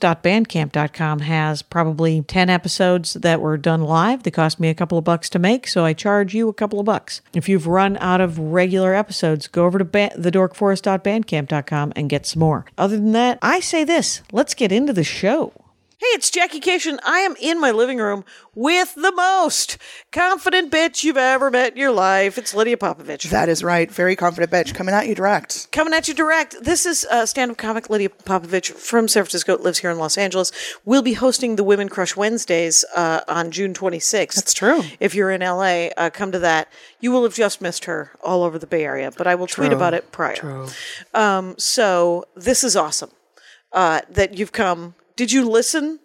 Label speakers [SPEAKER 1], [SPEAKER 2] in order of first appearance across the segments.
[SPEAKER 1] TheDorkForest.bandcamp.com has probably 10 episodes that were done live. They cost me a couple of bucks to make, so I charge you a couple of bucks. If you've run out of regular episodes, go over to ba- TheDorkForest.bandcamp.com and get some more. Other than that, I say this let's get into the show. Hey, it's Jackie Cation. I am in my living room with the most confident bitch you've ever met in your life. It's Lydia Popovich.
[SPEAKER 2] That is right. Very confident bitch coming at you direct.
[SPEAKER 1] Coming at you direct. This is uh, stand-up comic Lydia Popovich from San Francisco. Lives here in Los Angeles. We'll be hosting the Women Crush Wednesdays uh, on June 26th. That's
[SPEAKER 2] true.
[SPEAKER 1] If you're in LA, uh, come to that. You will have just missed her all over the Bay Area, but I will tweet about it prior. True. Um, so this is awesome uh, that you've come. Did you listen?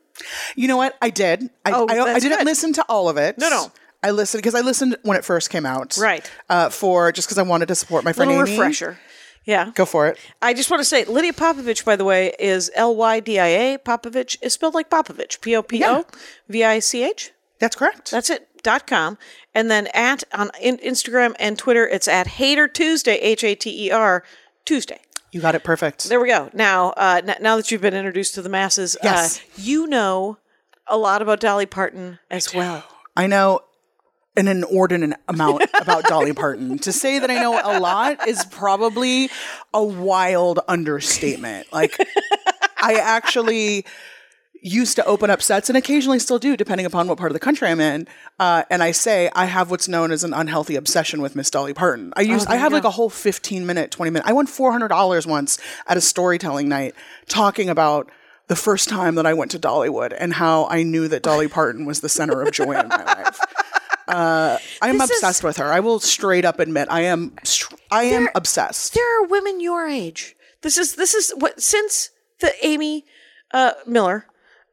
[SPEAKER 2] You know what? I did. I,
[SPEAKER 1] Oh,
[SPEAKER 2] I, I
[SPEAKER 1] that's
[SPEAKER 2] didn't
[SPEAKER 1] good.
[SPEAKER 2] listen to all of it.
[SPEAKER 1] No, no.
[SPEAKER 2] I listened because I listened when it first came out.
[SPEAKER 1] Right.
[SPEAKER 2] Uh, for just because I wanted to support my friend
[SPEAKER 1] Little
[SPEAKER 2] Amy.
[SPEAKER 1] refresher. Yeah.
[SPEAKER 2] Go for it.
[SPEAKER 1] I just want to say Lydia Popovich, by the way, is L Y D I A. Popovich is spelled like Popovich. P O P O V I C H.
[SPEAKER 2] That's correct.
[SPEAKER 1] That's it. Dot com. And then at on in, Instagram and Twitter, it's at Hater Tuesday, H A T E R Tuesday.
[SPEAKER 2] you got it perfect.
[SPEAKER 1] There we go. Now, uh, n- now that you've been introduced to the masses,
[SPEAKER 2] Yes.
[SPEAKER 1] uh, you know a lot about Dolly Parton as well.
[SPEAKER 2] I know an inordinate amount about Dolly Parton. To say that I know a lot is probably a wild understatement. Like, I actually used to open up sets and occasionally still do, depending upon what part of the country I'm in. Uh, and I say I have what's known as an unhealthy obsession with Miss Dolly Parton.
[SPEAKER 1] Oh,
[SPEAKER 2] I use I have like a whole 15 minute, 20 minute. I won $400 once at a storytelling night talking about the first time that I went to Dollywood and how I knew that Dolly Parton was the center of joy in my life. Uh, I'm
[SPEAKER 1] This is-
[SPEAKER 2] obsessed with her. I will straight up admit I am. str- I am obsessed.
[SPEAKER 1] there are women your age. This is this is what since the Amy uh, Miller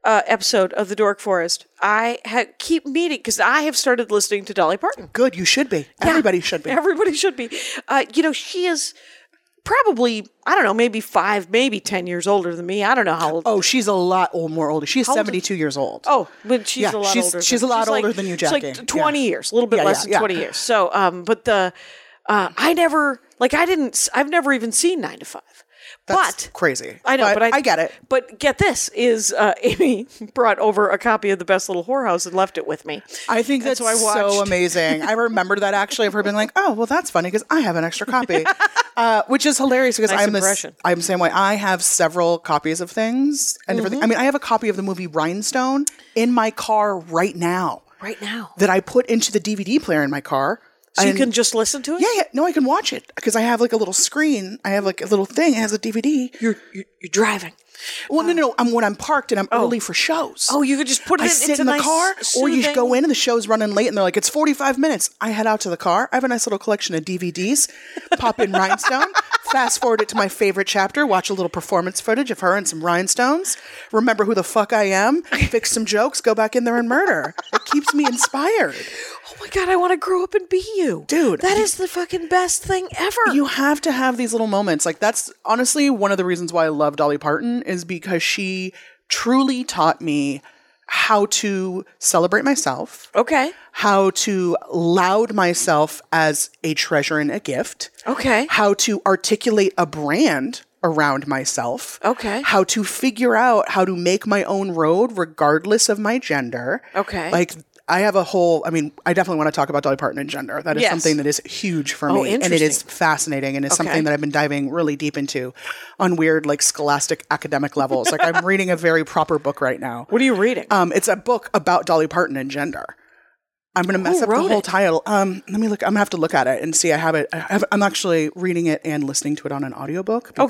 [SPEAKER 1] uh, episode of the Dork Forest, I ha- keep meeting because I have started listening to Dolly Parton.
[SPEAKER 2] Good, you should be. Everybody should be.
[SPEAKER 1] Everybody should be. Uh, you know, she is probably I don't know, maybe five, maybe ten years older than me. I don't know how old.
[SPEAKER 2] oh, she's a lot old, more older. She's
[SPEAKER 1] old is-
[SPEAKER 2] 72 years old.
[SPEAKER 1] Oh, but she's
[SPEAKER 2] Yeah,
[SPEAKER 1] a lot
[SPEAKER 2] she's-
[SPEAKER 1] older.
[SPEAKER 2] she's
[SPEAKER 1] than-
[SPEAKER 2] a lot
[SPEAKER 1] like-
[SPEAKER 2] older than you,
[SPEAKER 1] she's
[SPEAKER 2] Jackie.
[SPEAKER 1] Like twenty
[SPEAKER 2] Yeah.
[SPEAKER 1] years, a little bit
[SPEAKER 2] Yeah,
[SPEAKER 1] less
[SPEAKER 2] yeah,
[SPEAKER 1] than
[SPEAKER 2] yeah.
[SPEAKER 1] twenty years. So, um, but the uh, I never like I didn't s- I've never even seen nine to five.
[SPEAKER 2] That's
[SPEAKER 1] but
[SPEAKER 2] crazy.
[SPEAKER 1] I know, but, I,
[SPEAKER 2] I get it.
[SPEAKER 1] But get this: is uh, Amy brought over a copy of the Best Little Whorehouse and left it with me?
[SPEAKER 2] I think
[SPEAKER 1] And
[SPEAKER 2] that's
[SPEAKER 1] so I watched.
[SPEAKER 2] so amazing. I remember that actually of her being like, "Oh, well, that's funny because I have an extra copy," uh, which is hilarious because
[SPEAKER 1] Nice
[SPEAKER 2] I'm this,
[SPEAKER 1] impression.
[SPEAKER 2] I'm the same way. I have several copies of things and different.
[SPEAKER 1] Mm-hmm.
[SPEAKER 2] thi- I mean, I have a copy of the movie Rhinestone in my car right now
[SPEAKER 1] Right now,
[SPEAKER 2] that I put into the DVD player in my car
[SPEAKER 1] So you
[SPEAKER 2] And-
[SPEAKER 1] can just listen to it?
[SPEAKER 2] Yeah, yeah. No, I can watch it because I have like a little screen. I have like a little thing. It has a DVD.
[SPEAKER 1] You're, you're, you're driving.
[SPEAKER 2] Well, no, no, no. I'm when I'm parked and I'm early for shows.
[SPEAKER 1] Oh, you could just put it
[SPEAKER 2] I
[SPEAKER 1] in,
[SPEAKER 2] sit
[SPEAKER 1] it's a
[SPEAKER 2] in the
[SPEAKER 1] nice
[SPEAKER 2] car, or you
[SPEAKER 1] soothing-
[SPEAKER 2] go in and the show's running late, and they're like, "It's 45 minutes." I head out to the car. I have a nice little collection of DVDs. Pop in Rhinestone. Fast forward it to my favorite chapter. Watch a little performance footage of her and some rhinestones. Remember who the fuck I am. Fix some jokes. Go back in there and murder. It keeps me inspired.
[SPEAKER 1] Oh my God, I want to grow up and be you.
[SPEAKER 2] Dude,
[SPEAKER 1] That
[SPEAKER 2] you-
[SPEAKER 1] is the fucking best thing ever.
[SPEAKER 2] You have to have these little moments. Like that's honestly one of the reasons why I love Dolly Parton is because she truly taught me how to celebrate myself.
[SPEAKER 1] okay.
[SPEAKER 2] how to loud myself as a treasure and a gift,
[SPEAKER 1] Okay.
[SPEAKER 2] how to articulate a brand around myself,
[SPEAKER 1] Okay.
[SPEAKER 2] how to figure out how to make my own road regardless of my gender.
[SPEAKER 1] Okay.
[SPEAKER 2] Like I have a whole I mean, I definitely want to talk about Dolly Parton and gender. That is
[SPEAKER 1] Yes.
[SPEAKER 2] something that is huge for
[SPEAKER 1] Oh,
[SPEAKER 2] me and it is
[SPEAKER 1] interesting.
[SPEAKER 2] fascinating and is
[SPEAKER 1] Okay.
[SPEAKER 2] something that I've been diving really deep into on weird like scholastic academic levels. like I'm reading a very proper book right now.
[SPEAKER 1] What are you reading?
[SPEAKER 2] Um, it's a book about Dolly Parton and gender. I'm gonna mess up the
[SPEAKER 1] wrote
[SPEAKER 2] whole
[SPEAKER 1] it?
[SPEAKER 2] title. Um, let me look. I'm gonna have to look at it and see. I have it. I have, I'm actually reading it and listening to it on an audiobook because
[SPEAKER 1] Oh,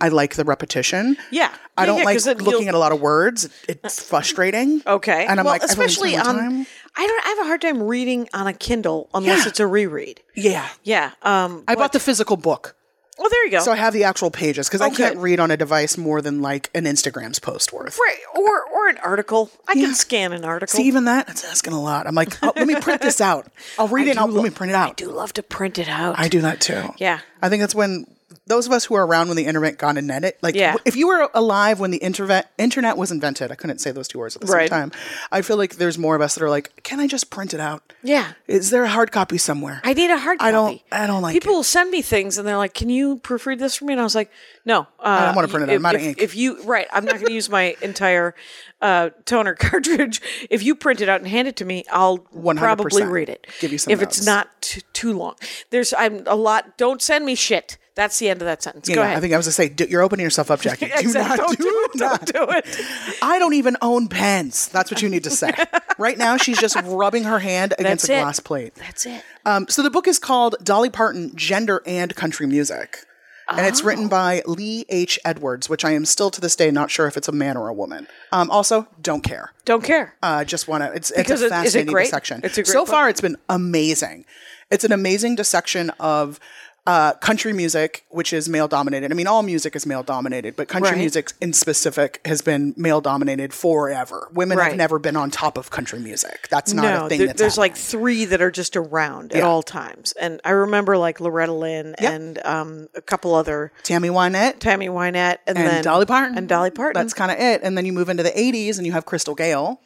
[SPEAKER 1] good.
[SPEAKER 2] I like the repetition.
[SPEAKER 1] Yeah.
[SPEAKER 2] I
[SPEAKER 1] Yeah,
[SPEAKER 2] don't
[SPEAKER 1] yeah,
[SPEAKER 2] like
[SPEAKER 1] 'cause it-
[SPEAKER 2] looking
[SPEAKER 1] you'll-
[SPEAKER 2] at a lot of words. It's frustrating.
[SPEAKER 1] okay.
[SPEAKER 2] and I'm
[SPEAKER 1] well,
[SPEAKER 2] like, I've only
[SPEAKER 1] especially um,
[SPEAKER 2] spent
[SPEAKER 1] on.
[SPEAKER 2] my time-
[SPEAKER 1] I don't. I have a hard time reading on a Kindle unless
[SPEAKER 2] Yeah.
[SPEAKER 1] it's a reread.
[SPEAKER 2] Yeah,
[SPEAKER 1] Yeah. Um.
[SPEAKER 2] I bought the physical book,
[SPEAKER 1] Well, there you go.
[SPEAKER 2] so I have the actual pages because
[SPEAKER 1] Oh,
[SPEAKER 2] I can't
[SPEAKER 1] good.
[SPEAKER 2] read on a device more than like an Instagram's post worth.
[SPEAKER 1] Right, or or an article. I
[SPEAKER 2] Yeah.
[SPEAKER 1] can scan an article.
[SPEAKER 2] See, even that, it's asking a lot. I'm like, oh, let me print this out. I'll read it. Out. Let me print it out.
[SPEAKER 1] I do love to print it out.
[SPEAKER 2] I do that too.
[SPEAKER 1] Yeah.
[SPEAKER 2] I think that's when those of us who are around when the internet got invented, like
[SPEAKER 1] Yeah.
[SPEAKER 2] if you were alive when the internet internet was invented, I couldn't say those two words at the
[SPEAKER 1] Right.
[SPEAKER 2] same time. I feel like there's more of us that are like, can I just print it out?
[SPEAKER 1] Yeah.
[SPEAKER 2] Is there a hard copy somewhere?
[SPEAKER 1] I need a hard copy.
[SPEAKER 2] I don't- I don't like
[SPEAKER 1] people
[SPEAKER 2] it.
[SPEAKER 1] will send me things and they're like, "Can you proofread this for me?" And I was like, "No, uh, I
[SPEAKER 2] don't wanna print it out.
[SPEAKER 1] If,
[SPEAKER 2] I'm out of
[SPEAKER 1] if-
[SPEAKER 2] ink."
[SPEAKER 1] if you right, I'm not going to use my entire uh, toner cartridge. If you print it out and hand it to me, I'll
[SPEAKER 2] 100%
[SPEAKER 1] probably read it.
[SPEAKER 2] Give you some
[SPEAKER 1] if
[SPEAKER 2] notes.
[SPEAKER 1] it's not t- too long. There's I'm a lot. Don't send me shit. That's the end of that sentence.
[SPEAKER 2] You
[SPEAKER 1] Go
[SPEAKER 2] know,
[SPEAKER 1] ahead.
[SPEAKER 2] I think I was gonna say, do, you're opening yourself up, Jackie. Do
[SPEAKER 1] Exactly.
[SPEAKER 2] not
[SPEAKER 1] Don't
[SPEAKER 2] do,
[SPEAKER 1] do it.
[SPEAKER 2] not.
[SPEAKER 1] Don't do it.
[SPEAKER 2] I don't even own pens. That's what you need to say. right now, she's just rubbing her hand against
[SPEAKER 1] That's
[SPEAKER 2] a
[SPEAKER 1] it.
[SPEAKER 2] glass plate.
[SPEAKER 1] That's it.
[SPEAKER 2] Um, so the book is called Dolly Parton: Gender and Country Music, and it's
[SPEAKER 1] Oh.
[SPEAKER 2] written by Lee H. Edwards, which I am still to this day not sure if it's a man or a woman. Um, also, don't care.
[SPEAKER 1] Don't care.
[SPEAKER 2] Uh, just want to. It's
[SPEAKER 1] Because
[SPEAKER 2] it's
[SPEAKER 1] it- is
[SPEAKER 2] a
[SPEAKER 1] it
[SPEAKER 2] fascinating
[SPEAKER 1] great?
[SPEAKER 2] dissection.
[SPEAKER 1] It's a great
[SPEAKER 2] so
[SPEAKER 1] book.
[SPEAKER 2] far, it's been amazing. It's an amazing dissection of. Uh, country music, which is male dominated. I mean, all music is male dominated, but country
[SPEAKER 1] Right.
[SPEAKER 2] music in specific has been male dominated forever. Women
[SPEAKER 1] Right.
[SPEAKER 2] have never been on top of country music. That's not a thing
[SPEAKER 1] there-
[SPEAKER 2] that's
[SPEAKER 1] there's
[SPEAKER 2] happening.
[SPEAKER 1] like three that are just around at all times, and I remember like Loretta Lynn and um, a couple other
[SPEAKER 2] Tammy Wynette,
[SPEAKER 1] Tammy Wynette, and,
[SPEAKER 2] and
[SPEAKER 1] then
[SPEAKER 2] Dolly Parton.
[SPEAKER 1] and Dolly Parton.
[SPEAKER 2] That's kind of it. And then you move into the 80s and you have Crystal Gale.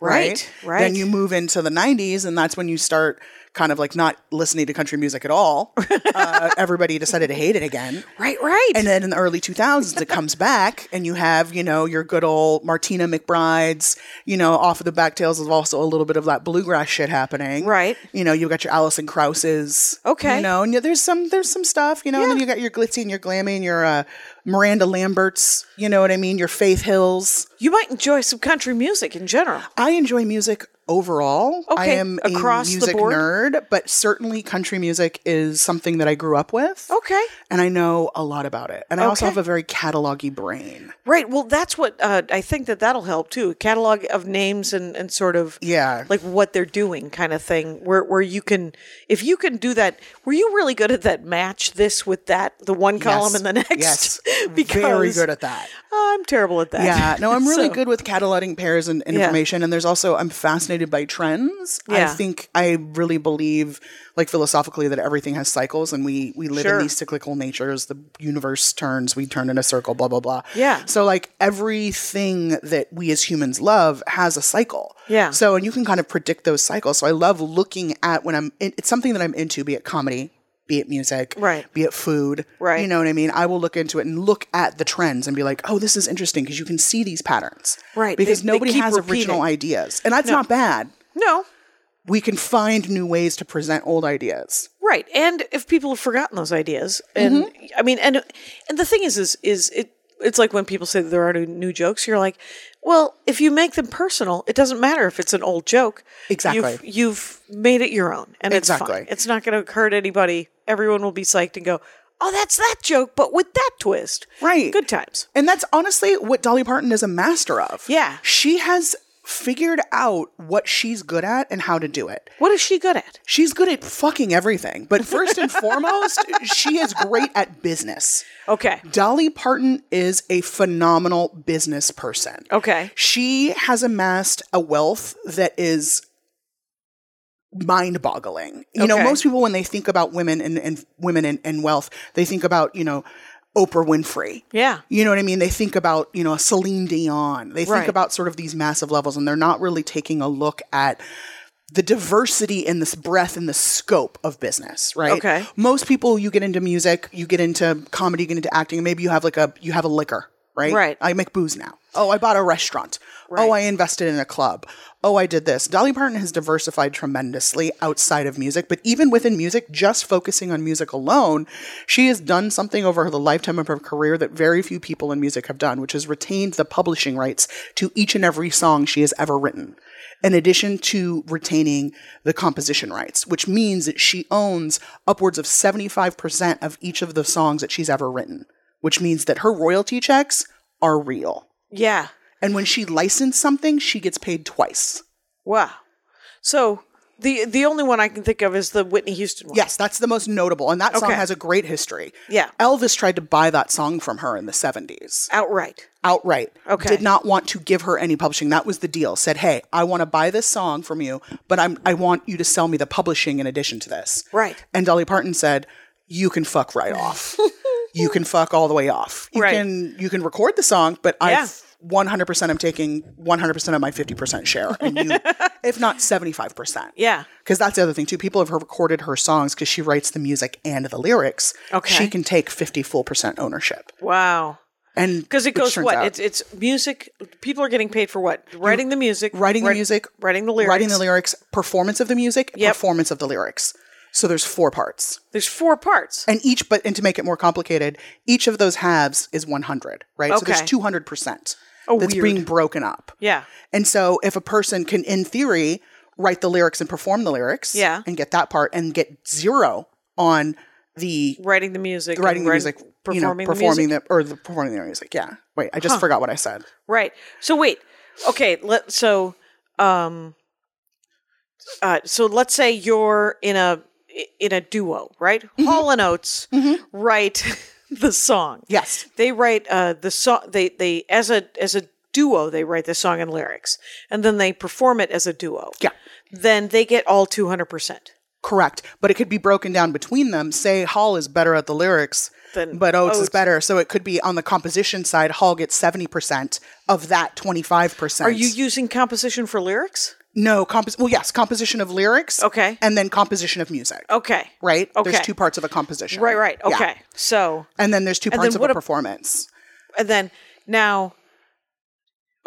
[SPEAKER 1] Right, right.
[SPEAKER 2] Then you move into the 90s and that's when you start kind of like not listening to country music at all. uh, everybody decided to hate it again.
[SPEAKER 1] right, right.
[SPEAKER 2] And then in the early 2000s, it comes back, and you have, you know, your good old Martina McBride's, you know, off of the back tails of also a little bit of that bluegrass shit happening.
[SPEAKER 1] Right.
[SPEAKER 2] You know, you got your Allison Krauses.
[SPEAKER 1] Okay.
[SPEAKER 2] You know, and yeah, there's some there's some stuff, you know, and then you got your glitzy and your glammy and your uh, Miranda Lamberts, you know what I mean? Your Faith Hills.
[SPEAKER 1] you might enjoy some country music in general.
[SPEAKER 2] I enjoy music overall. I
[SPEAKER 1] Okay,
[SPEAKER 2] am
[SPEAKER 1] across
[SPEAKER 2] a
[SPEAKER 1] the
[SPEAKER 2] music
[SPEAKER 1] board?
[SPEAKER 2] nerd, but certainly country music is something that I grew up with.
[SPEAKER 1] Okay,
[SPEAKER 2] And I know a lot about it. And I also
[SPEAKER 1] Oh. Okay.
[SPEAKER 2] have a very catalog brain.
[SPEAKER 1] right. Well, that's what uh, I think that that'll help too. A catalog of names and and sort of
[SPEAKER 2] Yeah.
[SPEAKER 1] like what they're doing kind of thing. Where where you can if you can do that. Were you really good at that? Match this with that. The one column and the next.
[SPEAKER 2] Yes.
[SPEAKER 1] because
[SPEAKER 2] Very good at that.
[SPEAKER 1] I'm terrible at that.
[SPEAKER 2] Yeah. No, I'm really
[SPEAKER 1] So-
[SPEAKER 2] good with cataloging pairs and, and
[SPEAKER 1] Yeah.
[SPEAKER 2] information. And there's also, I'm fascinated by trends. I
[SPEAKER 1] Yeah.
[SPEAKER 2] think I really believe, like philosophically, that everything has cycles and we, we live
[SPEAKER 1] Sure.
[SPEAKER 2] in these cyclical natures. The universe turns, we turn in a circle, blah, blah, blah.
[SPEAKER 1] Yeah.
[SPEAKER 2] So, like, everything that we as humans love has a cycle.
[SPEAKER 1] Yeah.
[SPEAKER 2] So, and you can kind of predict those cycles. So, I love looking at when I'm, in, it's something that I'm into, be it comedy. Be it music,
[SPEAKER 1] Right.
[SPEAKER 2] Be it food,
[SPEAKER 1] Right.
[SPEAKER 2] You know what I mean? I will look into it and look at the trends and be like, oh, this is interesting because you can see these patterns.
[SPEAKER 1] Right.
[SPEAKER 2] Because
[SPEAKER 1] They- they
[SPEAKER 2] nobody
[SPEAKER 1] keep
[SPEAKER 2] has
[SPEAKER 1] repeating.
[SPEAKER 2] original ideas. And that's not bad.
[SPEAKER 1] No.
[SPEAKER 2] We can find new ways to present old ideas. Mm-hmm.
[SPEAKER 1] Right. And if people have forgotten those ideas and I mean and and the thing is is is it it's like when people say that there are no new jokes. You're like, well, if you make them personal, it doesn't matter if it's an old joke.
[SPEAKER 2] Exactly.
[SPEAKER 1] You've, you've made it your own, and it's fine.
[SPEAKER 2] Exactly.
[SPEAKER 1] It's not going to hurt anybody. Everyone will be psyched and go, oh, that's that joke, but with that twist.
[SPEAKER 2] Right.
[SPEAKER 1] Good times.
[SPEAKER 2] And that's honestly what Dolly Parton is a master of.
[SPEAKER 1] Yeah.
[SPEAKER 2] She has figured out what she's good at and how to do it.
[SPEAKER 1] What is she good at?
[SPEAKER 2] She's good at fucking everything, but first and foremost, she is great at business.
[SPEAKER 1] Okay.
[SPEAKER 2] Dolly Parton is a phenomenal business person.
[SPEAKER 1] Okay.
[SPEAKER 2] She has amassed a wealth that is mind boggling. You know,
[SPEAKER 1] Okay.
[SPEAKER 2] most people, when they think about women and, and women and, and wealth, they think about, you know, Oprah Winfrey.
[SPEAKER 1] Yeah.
[SPEAKER 2] You know what I mean? They think about, you know, Celine Dion. They think
[SPEAKER 1] Right.
[SPEAKER 2] about sort of these massive levels and they're not really taking a look at the diversity and this breadth and the scope of business, right?
[SPEAKER 1] Okay.
[SPEAKER 2] Most people you get into music, you get into comedy, you get into acting, maybe you have like a you have a liquor, right?
[SPEAKER 1] Right.
[SPEAKER 2] I make booze now. Oh, I bought a restaurant. Oh, I invested in a club. Oh, I did this. Dolly Parton has diversified tremendously outside of music, but even within music, just focusing on music alone, she has done something over the lifetime of her career that very few people in music have done, which is retained the publishing rights to each and every song she has ever written. In addition to retaining the composition rights, which means that she owns upwards of 75% of each of the songs that she's ever written, which means that her royalty checks are real.
[SPEAKER 1] Yeah.
[SPEAKER 2] And when she licensed something, she gets paid twice.
[SPEAKER 1] Wow. So the the only one I can think of is the Whitney Houston one.
[SPEAKER 2] Yes, that's the most notable. And that song
[SPEAKER 1] Okay.
[SPEAKER 2] has a great history.
[SPEAKER 1] Yeah.
[SPEAKER 2] Elvis tried to buy that song from her in the 70s
[SPEAKER 1] Outright.
[SPEAKER 2] outright.
[SPEAKER 1] Okay.
[SPEAKER 2] Did not want to give her any publishing. That was the deal. Said, hey, I want to buy this song from you, but I'm, I want you to sell me the publishing in addition to this.
[SPEAKER 1] Right.
[SPEAKER 2] And Dolly Parton said, you can fuck right off. you can fuck all the way off. You
[SPEAKER 1] Right.
[SPEAKER 2] can you can record the song, but
[SPEAKER 1] Yeah.
[SPEAKER 2] I 100% I'm taking 100% of my 50% share and you if not 75%.
[SPEAKER 1] Yeah.
[SPEAKER 2] Because that's the other thing too. People have recorded her songs because she writes the music and the lyrics.
[SPEAKER 1] Okay.
[SPEAKER 2] She can take fifty full percent ownership.
[SPEAKER 1] Wow.
[SPEAKER 2] And
[SPEAKER 1] Because it
[SPEAKER 2] which
[SPEAKER 1] goes
[SPEAKER 2] turns
[SPEAKER 1] what?
[SPEAKER 2] out-
[SPEAKER 1] It's it's music. People are getting paid for what? Writing the music.
[SPEAKER 2] writing the
[SPEAKER 1] writ-
[SPEAKER 2] music,
[SPEAKER 1] Writing the lyrics.
[SPEAKER 2] writing the lyrics, performance of the music,
[SPEAKER 1] Yep.
[SPEAKER 2] performance of the lyrics. So there's four parts,
[SPEAKER 1] There's four parts.
[SPEAKER 2] and each, but and to make it more complicated, each of those halves is 100, right? So there's
[SPEAKER 1] Okay.
[SPEAKER 2] 200 percent
[SPEAKER 1] Oh,
[SPEAKER 2] that's
[SPEAKER 1] weird.
[SPEAKER 2] being broken up.
[SPEAKER 1] Yeah.
[SPEAKER 2] And so if a person can, in theory, write the lyrics and perform the lyrics,
[SPEAKER 1] Yeah.
[SPEAKER 2] and get that part, and get zero on the
[SPEAKER 1] Writing the music. and
[SPEAKER 2] writing the
[SPEAKER 1] writ-
[SPEAKER 2] music,
[SPEAKER 1] Performing,
[SPEAKER 2] you know, performing
[SPEAKER 1] the music.
[SPEAKER 2] or the performing the music. Yeah. Wait, I just forgot what I said.
[SPEAKER 1] Right. So wait. Okay. Let so um. Uh, so let's say you're in a in a duo, right?
[SPEAKER 2] Mm-hmm.
[SPEAKER 1] Hall and Oates write the song.
[SPEAKER 2] Yes.
[SPEAKER 1] they write uh, the song they they as a as a duo they write the song and lyrics and then they perform it as a duo
[SPEAKER 2] Yeah.
[SPEAKER 1] then they get all 200%
[SPEAKER 2] Correct, but it could be broken down between them. Say Hall is better at the lyrics,
[SPEAKER 1] Than
[SPEAKER 2] but Oates, is
[SPEAKER 1] Oates.
[SPEAKER 2] better. So it could be on the composition side. Hall gets seventy percent of that twenty five percent.
[SPEAKER 1] are you using composition for lyrics
[SPEAKER 2] no compos? Well, yes, composition of lyrics.
[SPEAKER 1] Okay.
[SPEAKER 2] and then composition of music.
[SPEAKER 1] okay
[SPEAKER 2] Right.
[SPEAKER 1] okay
[SPEAKER 2] There's two parts of a composition.
[SPEAKER 1] right right
[SPEAKER 2] Yeah.
[SPEAKER 1] okay so
[SPEAKER 2] And then there's two
[SPEAKER 1] And then
[SPEAKER 2] parts of
[SPEAKER 1] what
[SPEAKER 2] a
[SPEAKER 1] ab-
[SPEAKER 2] performance.
[SPEAKER 1] and then now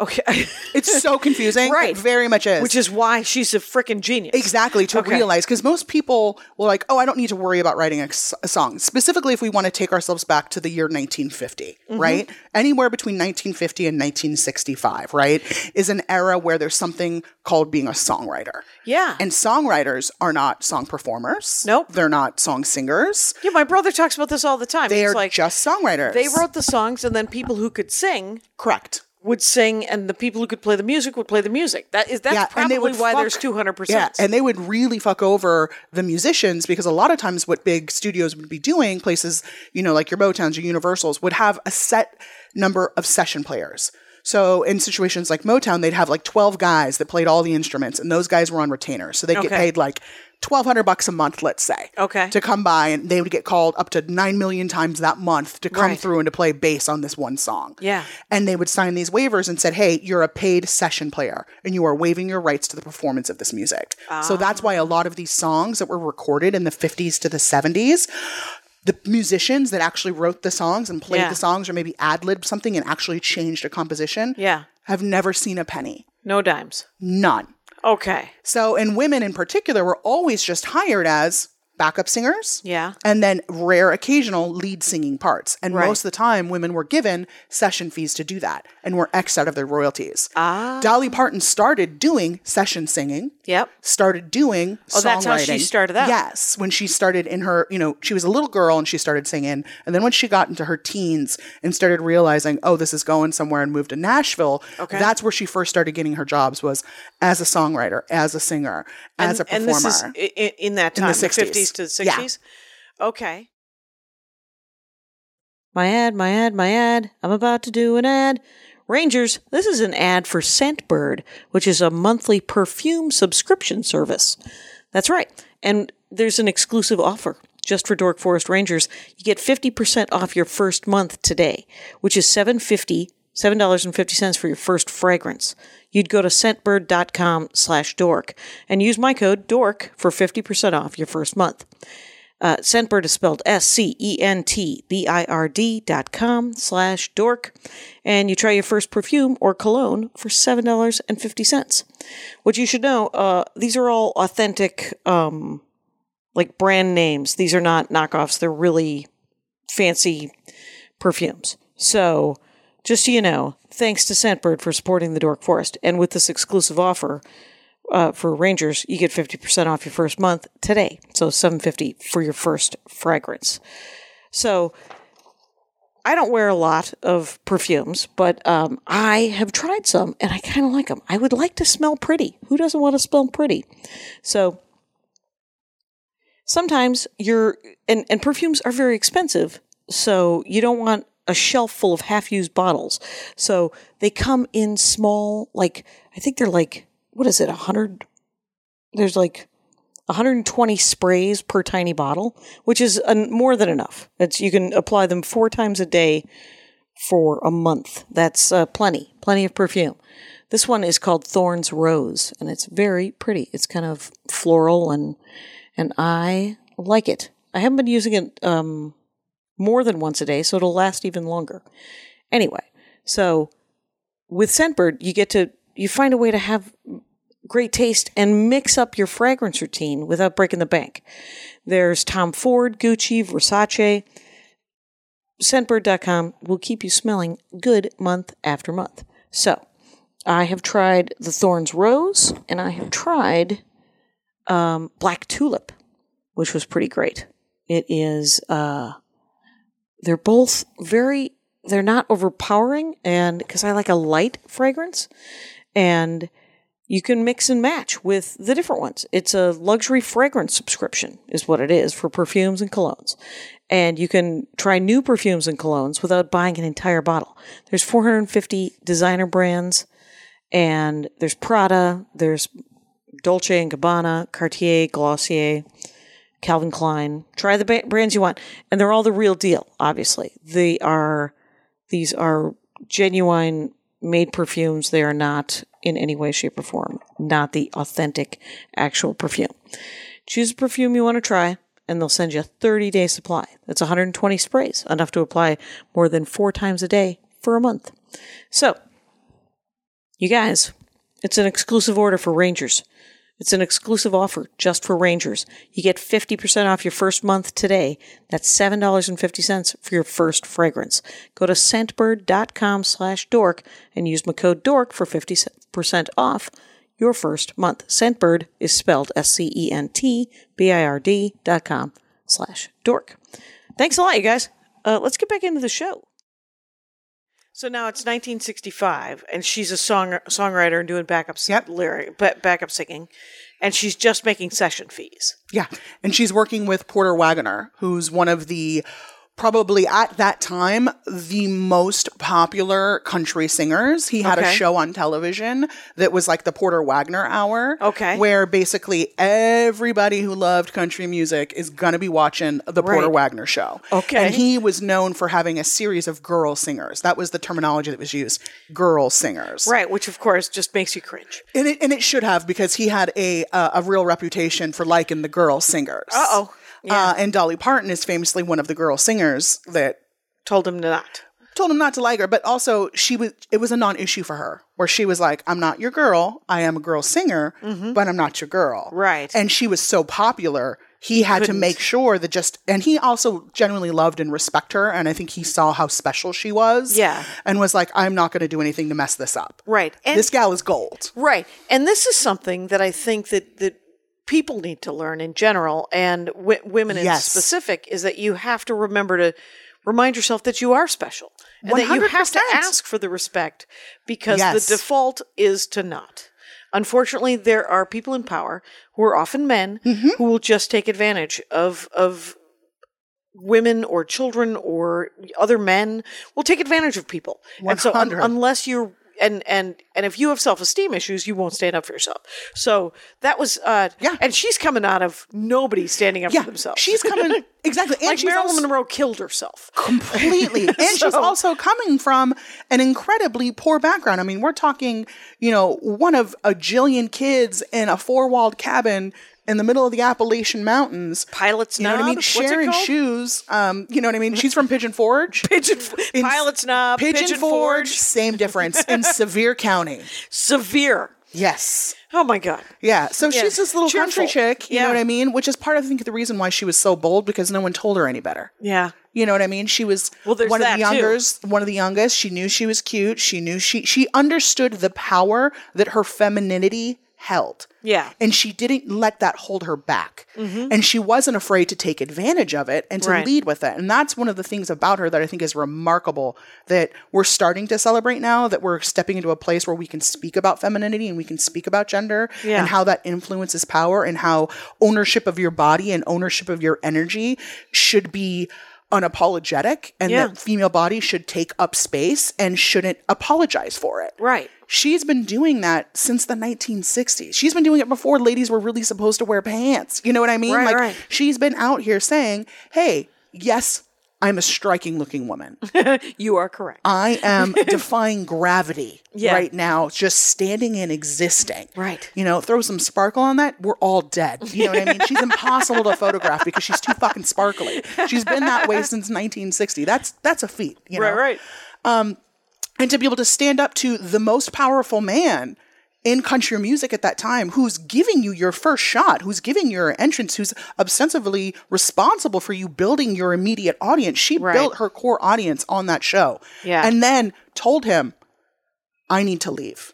[SPEAKER 1] okay
[SPEAKER 2] It's so confusing.
[SPEAKER 1] Right.
[SPEAKER 2] It very much is.
[SPEAKER 1] which is why she's a freaking genius
[SPEAKER 2] Exactly, to
[SPEAKER 1] Okay.
[SPEAKER 2] realize because most people were like, "Oh, I don't need to worry about writing a, s- a song." Specifically, if we want to take ourselves back to the year 1950,
[SPEAKER 1] Mm-hmm.
[SPEAKER 2] right? Anywhere between 1950 and 1965, right, is an era where there's something called being a songwriter.
[SPEAKER 1] yeah
[SPEAKER 2] And songwriters are not song performers.
[SPEAKER 1] Nope.
[SPEAKER 2] they're not song singers.
[SPEAKER 1] yeah my brother talks about this all the time
[SPEAKER 2] They
[SPEAKER 1] He's
[SPEAKER 2] are
[SPEAKER 1] like
[SPEAKER 2] just songwriters.
[SPEAKER 1] they wrote the songs and then people who could sing
[SPEAKER 2] correct.
[SPEAKER 1] would sing, and the people who could play the music would play the music. That is that's probably why there's
[SPEAKER 2] fuck-
[SPEAKER 1] two hundred percent.
[SPEAKER 2] Yeah, and they would really fuck over the musicians because a lot of times what big studios would be doing, places you know like your Motowns, your Universals, would have a set number of session players. So in situations like Motown, they'd have like twelve guys that played all the instruments, and those guys were on retainers, so they'd
[SPEAKER 1] Okay.
[SPEAKER 2] get paid like. Twelve hundred bucks a month, let's say,
[SPEAKER 1] Okay.
[SPEAKER 2] to come by, and they would get called up to nine million times that month to come
[SPEAKER 1] Right.
[SPEAKER 2] through and to play bass on this one song
[SPEAKER 1] Yeah.
[SPEAKER 2] and they would sign these waivers and said, "Hey, you're a paid session player, and you are waiving your rights to the performance of this music." So
[SPEAKER 1] Ah.
[SPEAKER 2] that's why a lot of these songs that were recorded in the 50s to the 70s, the musicians that actually wrote the songs and played
[SPEAKER 1] Yeah.
[SPEAKER 2] the songs, or maybe ad libbed something and actually changed a composition,
[SPEAKER 1] Yeah.
[SPEAKER 2] have never seen a penny,
[SPEAKER 1] no dimes.
[SPEAKER 2] none.
[SPEAKER 1] Okay,
[SPEAKER 2] So, and women in particular were always just hired as backup singers.
[SPEAKER 1] Yeah.
[SPEAKER 2] And then rare occasional lead singing parts. And
[SPEAKER 1] Right.
[SPEAKER 2] most of the time, women were given session fees to do that and were X'd out of their royalties. Ah. Dolly Parton started doing session singing
[SPEAKER 1] Yep.
[SPEAKER 2] started doing
[SPEAKER 1] Oh, that's how she
[SPEAKER 2] songwriting.
[SPEAKER 1] started out.
[SPEAKER 2] Yes, when she started in her, you know, she was a little girl and she started singing, and then once she got into her teens and started realizing, oh, this is going somewhere, and moved to Nashville. Okay, that's where she first started getting her jobs was as a songwriter, as a singer, as a performer.
[SPEAKER 1] And this is i- i- in that
[SPEAKER 2] In
[SPEAKER 1] time,
[SPEAKER 2] the
[SPEAKER 1] the
[SPEAKER 2] 60s.
[SPEAKER 1] fifties to the
[SPEAKER 2] Yeah.
[SPEAKER 1] sixties. Okay. My ad, my ad, my ad. I'm about to do an ad. Rangers, this is an ad for Scentbird, which is a monthly perfume subscription service. That's right. And there's an exclusive offer just for Dork Forest Rangers. You get 50% off your first month today, which is 750 $7.50 for your first fragrance. You'd go to scentbird.com slash dork and use my code DORK for 50% off your first month. Uh, Scentbird is spelled S C E N T B I R D dot com slash dork. And you try your first perfume or cologne for $7.50. What you should know, uh, these are all authentic, um, like brand names. These are not knockoffs, they're really fancy perfumes. So, just so you know, thanks to Scentbird for supporting the Dork Forest. And with this exclusive offer, uh, for Rangers, you get 50% off your first month today. So 750 for your first fragrance. So I don't wear a lot of perfumes, but um, I have tried some and I kind of like them. I would like to smell pretty. Who doesn't want to smell pretty? So sometimes you're and, and perfumes are very expensive so you don't want a shelf full of half-used bottles so they come in small like i think they're like what is it 100 there's like 120 sprays per tiny bottle which is an, more than enough it's you can apply them four times a day for a month that's uh, plenty plenty of perfume this one is called thorns rose and it's very pretty it's kind of floral and and I like it. I haven't been using it um, more than once a day, so it'll last even longer. Anyway, so with Scentbird, you get to you find a way to have great taste and mix up your fragrance routine without breaking the bank. There's Tom Ford, Gucci, Versace. Scentbird.com will keep you smelling good month after month. So, I have tried the Thorns Rose, and I have tried um, Black Tulip, which was pretty great. It is, uh, they're both very, they're not overpowering, and because I like a light fragrance, and you can mix and match with the different ones. It's a luxury fragrance subscription, is what it is for perfumes and colognes. And you can try new perfumes and colognes without buying an entire bottle. There's 450 designer brands, and there's Prada, there's Dolce and Gabbana, Cartier, Glossier, Calvin Klein. Try the ba- brands you want, and they're all the real deal. Obviously, they are. These are genuine made perfumes. They are not in any way, shape, or form not the authentic, actual perfume. Choose a perfume you want to try, and they'll send you a 30 day supply. That's 120 sprays, enough to apply more than four times a day for a month. So, you guys, it's an exclusive order for Rangers. It's an exclusive offer just for Rangers. You get 50% off your first month today. That's $7.50 for your first fragrance. Go to scentbird.com slash dork and use my code dork for 50% off your first month. Scentbird is spelled E S-C-E-N-T-B-I-R-D dot com slash dork. Thanks a lot, you guys. Uh, let's get back into the show. So now it's 1965, and she's a song songwriter and doing backup s-
[SPEAKER 2] Yep.
[SPEAKER 1] lyric, ba- backup singing, and she's just making session fees.
[SPEAKER 2] Yeah. And she's working with Porter Wagoner, who's one of the probably at that time the most popular country singers. He had
[SPEAKER 1] Okay.
[SPEAKER 2] a show on television that was like the Porter Wagoner hour.
[SPEAKER 1] Okay.
[SPEAKER 2] Where basically everybody who loved country music is gonna be watching the Porter
[SPEAKER 1] Right.
[SPEAKER 2] Wagoner show.
[SPEAKER 1] Okay.
[SPEAKER 2] And he was known for having a series of girl singers. That was the terminology that was used. Girl singers.
[SPEAKER 1] Right, which of course just makes you cringe.
[SPEAKER 2] And it, and it should have because he had a uh, a real reputation for liking the girl singers.
[SPEAKER 1] Uh-oh.
[SPEAKER 2] Uh, and Dolly Parton is famously one of the girl singers that
[SPEAKER 1] Told him to not.
[SPEAKER 2] told him not to like her, but also she was it was a non-issue for her where she was like, "I'm not your girl. I am a girl singer, but I'm not your girl."
[SPEAKER 1] Mm-hmm. Right.
[SPEAKER 2] And she was so popular he had to make sure that just and he also genuinely loved and respect her and i think he saw how special she was
[SPEAKER 1] Yeah.
[SPEAKER 2] and was like i'm not going to do anything to mess this up
[SPEAKER 1] Right. And
[SPEAKER 2] this gal is gold
[SPEAKER 1] Right. And this is something that I think that that people need to learn in general and w- women in
[SPEAKER 2] Yes.
[SPEAKER 1] specific is that you have to remember to remind yourself that you are special and that you have to
[SPEAKER 2] 100%.
[SPEAKER 1] ask for the respect because the
[SPEAKER 2] Yes.
[SPEAKER 1] default is to not. Unfortunately, there are people in power who are often men
[SPEAKER 2] Mm-hmm.
[SPEAKER 1] who will just take advantage of of women or children or other men will take advantage of people. And so un-
[SPEAKER 2] 100.
[SPEAKER 1] unless you're and and and if you have self-esteem issues, you won't stand up for yourself. So that was uh
[SPEAKER 2] Yeah.
[SPEAKER 1] and she's coming out of nobody standing up
[SPEAKER 2] yeah
[SPEAKER 1] for themselves.
[SPEAKER 2] she's coming exactly and
[SPEAKER 1] like
[SPEAKER 2] she's
[SPEAKER 1] Marilyn
[SPEAKER 2] also-
[SPEAKER 1] Monroe killed herself.
[SPEAKER 2] completely and she's
[SPEAKER 1] So-
[SPEAKER 2] also coming from an incredibly poor background i mean we're talking you know one of a jillion kids in a four-walled cabin in the middle of the appalachian mountains
[SPEAKER 1] Pilot's
[SPEAKER 2] you know what
[SPEAKER 1] Knob?
[SPEAKER 2] i mean
[SPEAKER 1] What's it
[SPEAKER 2] sharing
[SPEAKER 1] called?
[SPEAKER 2] shoes um you know what i mean she's from pigeon forge
[SPEAKER 1] Pigeon,
[SPEAKER 2] In-
[SPEAKER 1] Pilot's knob,
[SPEAKER 2] pigeon, forge,
[SPEAKER 1] forge,
[SPEAKER 2] same difference in sevier county
[SPEAKER 1] severe.
[SPEAKER 2] yes
[SPEAKER 1] Oh my god.
[SPEAKER 2] yeah, so
[SPEAKER 1] Yeah.
[SPEAKER 2] she's this little
[SPEAKER 1] Cheerful.
[SPEAKER 2] country chick, you
[SPEAKER 1] Yeah.
[SPEAKER 2] know what I mean? Which is part of, I think, the reason why she was so bold because no one told her any better.
[SPEAKER 1] Yeah.
[SPEAKER 2] You know what I mean? She was
[SPEAKER 1] Well, there's
[SPEAKER 2] one of
[SPEAKER 1] that,
[SPEAKER 2] the
[SPEAKER 1] too.
[SPEAKER 2] youngest. One of the youngest. She knew she was cute. She knew she she understood the power that her femininity held.
[SPEAKER 1] Yeah. Mm-hmm.
[SPEAKER 2] and she didn't let that hold her back. And she wasn't afraid to take advantage of it and to
[SPEAKER 1] Right.
[SPEAKER 2] lead with it. And that's one of the things about her that I think is remarkable that we're starting to celebrate now. That we're stepping into a place where we can speak about femininity and we can speak about gender
[SPEAKER 1] Yeah.
[SPEAKER 2] and how that influences power and how ownership of your body and ownership of your energy should be unapologetic and
[SPEAKER 1] Yeah.
[SPEAKER 2] that female body should take up space and shouldn't apologize for it.
[SPEAKER 1] Right.
[SPEAKER 2] She's been doing that since the 1960s. She's been doing it before ladies were really supposed to wear pants. You know what I mean?
[SPEAKER 1] Right,
[SPEAKER 2] like
[SPEAKER 1] right.
[SPEAKER 2] she's been out here saying, "Hey, yes, I'm a striking looking woman.
[SPEAKER 1] You are correct.
[SPEAKER 2] I am defying gravity
[SPEAKER 1] Yeah.
[SPEAKER 2] right now, just standing and existing."
[SPEAKER 1] Right.
[SPEAKER 2] You know, throw some sparkle on that, we're all dead. You know what I mean? She's impossible to photograph because she's too fucking sparkly. She's been that way since 1960. That's that's a feat, you know.
[SPEAKER 1] Right, right.
[SPEAKER 2] and to be able to stand up to the most powerful man in country music at that time who's giving you your first shot who's giving your entrance who's ostensibly responsible for you building your immediate audience she
[SPEAKER 1] Right.
[SPEAKER 2] built her core audience on that show
[SPEAKER 1] Yeah.
[SPEAKER 2] and then told him i need to leave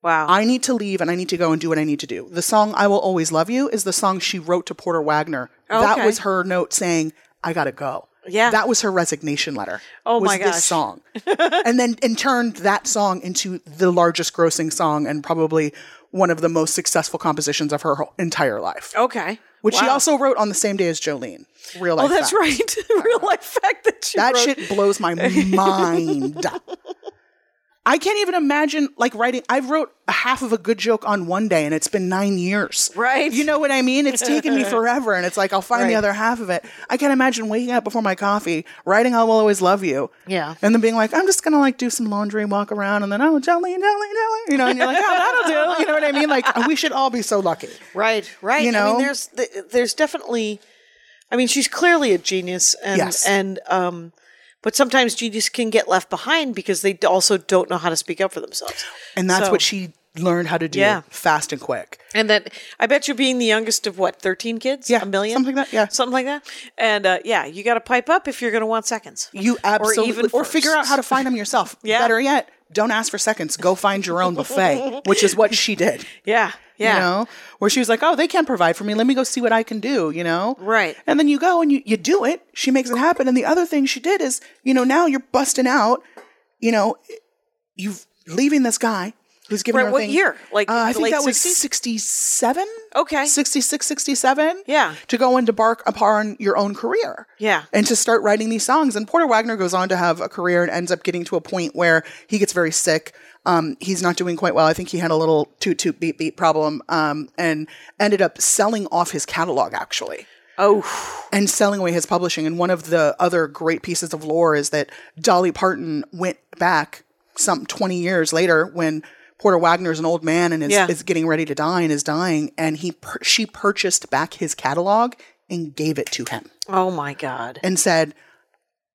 [SPEAKER 1] Wow.
[SPEAKER 2] i need to leave and i need to go and do what i need to do the song i will always love you is the song she wrote to porter wagner
[SPEAKER 1] Okay.
[SPEAKER 2] that was her note saying i gotta go
[SPEAKER 1] Yeah.
[SPEAKER 2] that was her resignation letter
[SPEAKER 1] Oh
[SPEAKER 2] was
[SPEAKER 1] my gosh.
[SPEAKER 2] this song and then and turned that song into the largest grossing song and probably one of the most successful compositions of her whole entire life
[SPEAKER 1] okay.
[SPEAKER 2] which she
[SPEAKER 1] Oh, Wow.
[SPEAKER 2] also wrote on the same day as jolene real life
[SPEAKER 1] Oh, that's
[SPEAKER 2] fact.
[SPEAKER 1] right. Real life fact that she
[SPEAKER 2] that
[SPEAKER 1] wrote.
[SPEAKER 2] shit blows my mind i can't even imagine like writing i wrote a half of a good joke on one day and it's been nine years
[SPEAKER 1] Right.
[SPEAKER 2] you know what i mean it's taken me forever and it's like i'll find
[SPEAKER 1] Right.
[SPEAKER 2] the other half of it i can't imagine waking up before my coffee writing i will always love you
[SPEAKER 1] Yeah.
[SPEAKER 2] and then being like, I'm just gonna like do some laundry and walk around, and then oh, jelly, jelly, jelly, you know, and you're like, oh, that'll do, you know what I mean? Like, we should all be so lucky.
[SPEAKER 1] Right, right.
[SPEAKER 2] You
[SPEAKER 1] I mean,
[SPEAKER 2] know?
[SPEAKER 1] there's th- there's definitely, I mean, she's clearly a genius, and
[SPEAKER 2] Yes.
[SPEAKER 1] and um, but sometimes genius can get left behind because they d- also don't know how to speak up for themselves.
[SPEAKER 2] And that's
[SPEAKER 1] So-
[SPEAKER 2] what she learned how to do,
[SPEAKER 1] Yeah.
[SPEAKER 2] fast and quick.
[SPEAKER 1] And that I bet you being the youngest of what thirteen kids,
[SPEAKER 2] Yeah,
[SPEAKER 1] a million,
[SPEAKER 2] something like that, yeah.
[SPEAKER 1] something like that. And uh, yeah, you got to pipe up if you're going to want seconds.
[SPEAKER 2] You absolutely,
[SPEAKER 1] even
[SPEAKER 2] figure out how to find them yourself.
[SPEAKER 1] Yeah.
[SPEAKER 2] Better yet, don't ask for seconds. Go find your own buffet, which is what she did.
[SPEAKER 1] yeah, yeah,
[SPEAKER 2] You know, where she was like, "Oh, they can't provide for me. Let me go see what I can do." You know,
[SPEAKER 1] Right.
[SPEAKER 2] And then you go and you you do it. She makes it happen. And the other thing she did is, you know, now you're busting out. You know, you leaving this guy who's giving
[SPEAKER 1] Right,
[SPEAKER 2] her a
[SPEAKER 1] what
[SPEAKER 2] thing.
[SPEAKER 1] year? Like,
[SPEAKER 2] uh, I
[SPEAKER 1] the
[SPEAKER 2] think
[SPEAKER 1] late
[SPEAKER 2] that was
[SPEAKER 1] 60s?
[SPEAKER 2] sixty seven.
[SPEAKER 1] Okay.
[SPEAKER 2] 66, 67?
[SPEAKER 1] Yeah.
[SPEAKER 2] To go and debark upon your own career.
[SPEAKER 1] Yeah.
[SPEAKER 2] And to start writing these songs. And Porter Wagner goes on to have a career and ends up getting to a point where he gets very sick. Um, he's not doing quite well. I think he had a little toot toot beep beep problem um, and ended up selling off his catalog actually
[SPEAKER 1] Oh,
[SPEAKER 2] and selling away his publishing. And one of the other great pieces of lore is that Dolly Parton went back some 20 years later when Porter Wagner's an old man and is,
[SPEAKER 1] Yeah.
[SPEAKER 2] is getting ready to die and is dying. And he pur- she purchased back his catalog and gave it to him
[SPEAKER 1] oh my God.
[SPEAKER 2] and said,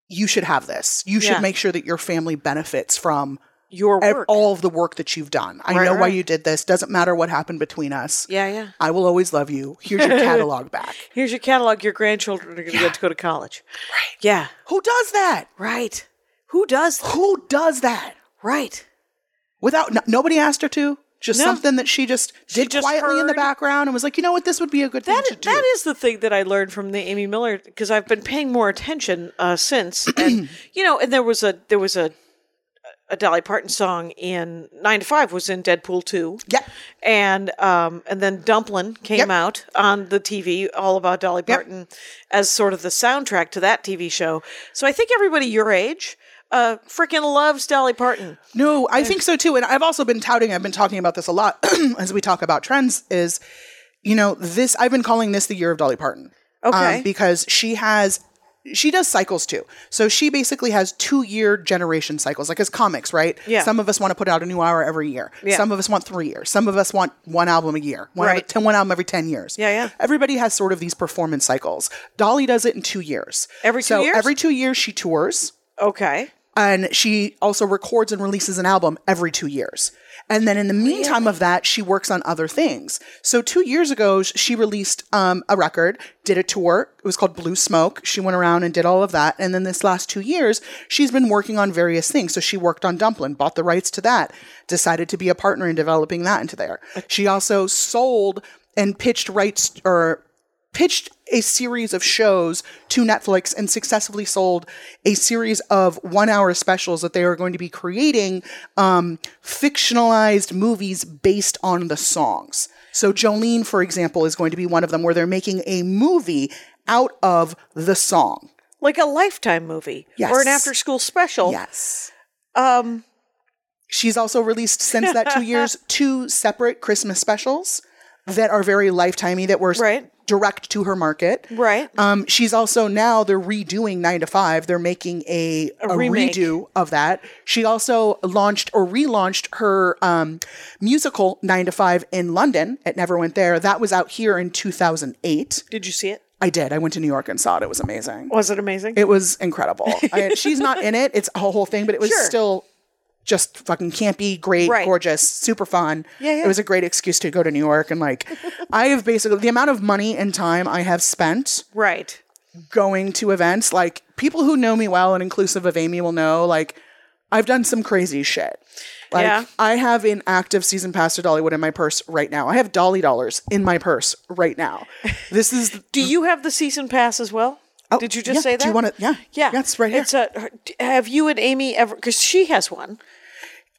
[SPEAKER 2] You should have this. You should
[SPEAKER 1] Yeah.
[SPEAKER 2] make sure that your family benefits from
[SPEAKER 1] your
[SPEAKER 2] ev-
[SPEAKER 1] work.
[SPEAKER 2] all of the work that you've done. I
[SPEAKER 1] Right,
[SPEAKER 2] know why
[SPEAKER 1] right.
[SPEAKER 2] you did this. Doesn't matter what happened between us.
[SPEAKER 1] yeah, yeah.
[SPEAKER 2] I will always love you. Here's your catalog back.
[SPEAKER 1] Here's your catalog. Your grandchildren are going to get to go to college. Right. Yeah.
[SPEAKER 2] Who does that?
[SPEAKER 1] Right. Who does? that?
[SPEAKER 2] Who does that?
[SPEAKER 1] Right.
[SPEAKER 2] Without n- nobody asked her to. Just
[SPEAKER 1] No.
[SPEAKER 2] something that she just did
[SPEAKER 1] just
[SPEAKER 2] quietly in the
[SPEAKER 1] heard.
[SPEAKER 2] background and was like, you know what, this would be a good
[SPEAKER 1] That
[SPEAKER 2] thing
[SPEAKER 1] is,
[SPEAKER 2] to do.
[SPEAKER 1] that is the thing that I learned from the Amy Miller because I've been paying more attention uh, since, and you know, and there was a there was a a Dolly Parton song in Nine to Five was in Deadpool two,
[SPEAKER 2] Yeah.
[SPEAKER 1] and um and then Dumplin came
[SPEAKER 2] Yep.
[SPEAKER 1] out on the TV all about Dolly Parton as sort of the soundtrack to that TV show. So I think everybody your age uh freaking loves Dolly Parton.
[SPEAKER 2] No, I think so too. And I've also been touting, I've been talking about this a lot as we talk about trends, is, you know, this, I've been calling this the year of Dolly Parton. Um,
[SPEAKER 1] Okay.
[SPEAKER 2] because she has, she does cycles too. So she basically has two year generation cycles, like as comics, right?
[SPEAKER 1] Yeah.
[SPEAKER 2] Some of us want to put out a new hour every year.
[SPEAKER 1] Yeah.
[SPEAKER 2] Some of us want three years. Some of us want one album a year. One
[SPEAKER 1] Right.
[SPEAKER 2] Album, ten, one album every 10 years.
[SPEAKER 1] Yeah, yeah.
[SPEAKER 2] Everybody has sort of these performance cycles. Dolly does it in two years.
[SPEAKER 1] Every two
[SPEAKER 2] so
[SPEAKER 1] years?
[SPEAKER 2] every two years she tours
[SPEAKER 1] Okay.
[SPEAKER 2] and she also records and releases an album every two years. And then in the meantime of that, she works on other things. So two years ago, sh- she released um, a record, did a tour. It was called Blue Smoke. She went around and did all of that. And then this last two years, she's been working on various things. So she worked on Dumplin', bought the rights to that, decided to be a partner in developing that into there. She also sold and pitched rights or pitched a series of shows to Netflix and successfully sold a series of one hour specials that they are going to be creating um, fictionalized movies based on the songs. So, Jolene, for example, is going to be one of them where they're making a movie out of the song.
[SPEAKER 1] Like a lifetime movie or
[SPEAKER 2] Yes.
[SPEAKER 1] an after school special.
[SPEAKER 2] Yes.
[SPEAKER 1] Um
[SPEAKER 2] She's also released since that two years two separate Christmas specials that are very lifetimey that were s-
[SPEAKER 1] Right.
[SPEAKER 2] direct to her market.
[SPEAKER 1] right.
[SPEAKER 2] Um, she's also now they're redoing Nine to Five. They're making a, a,
[SPEAKER 1] remake.
[SPEAKER 2] redo of that. She also launched or relaunched her um, musical Nine to Five in London. It never went there. That was out here in 2008.
[SPEAKER 1] Did you see it?
[SPEAKER 2] I did. I went to New York and saw it. It was amazing.
[SPEAKER 1] Was it amazing?
[SPEAKER 2] It was incredible. I, she's not in it. It's a whole thing, but it was
[SPEAKER 1] Sure.
[SPEAKER 2] still just fucking campy, great,
[SPEAKER 1] Right.
[SPEAKER 2] gorgeous, super fun.
[SPEAKER 1] Yeah, yeah.
[SPEAKER 2] It was a great excuse to go to New York and like I have basically the amount of money and time I have spent
[SPEAKER 1] right.
[SPEAKER 2] going to events, like people who know me well and inclusive of Amy will know, like I've done some crazy shit. Like
[SPEAKER 1] Yeah.
[SPEAKER 2] I have an active season pass to Dollywood in my purse right now. I have Dolly dollars in my purse right now. This is
[SPEAKER 1] Do you have the season pass as well? Did you just
[SPEAKER 2] Mm-hmm. Oh, yeah.
[SPEAKER 1] say that?
[SPEAKER 2] Do you want to? Yeah,
[SPEAKER 1] Yeah.
[SPEAKER 2] That's right here.
[SPEAKER 1] It's a, her- d- have you and Amy ever? Because she has one.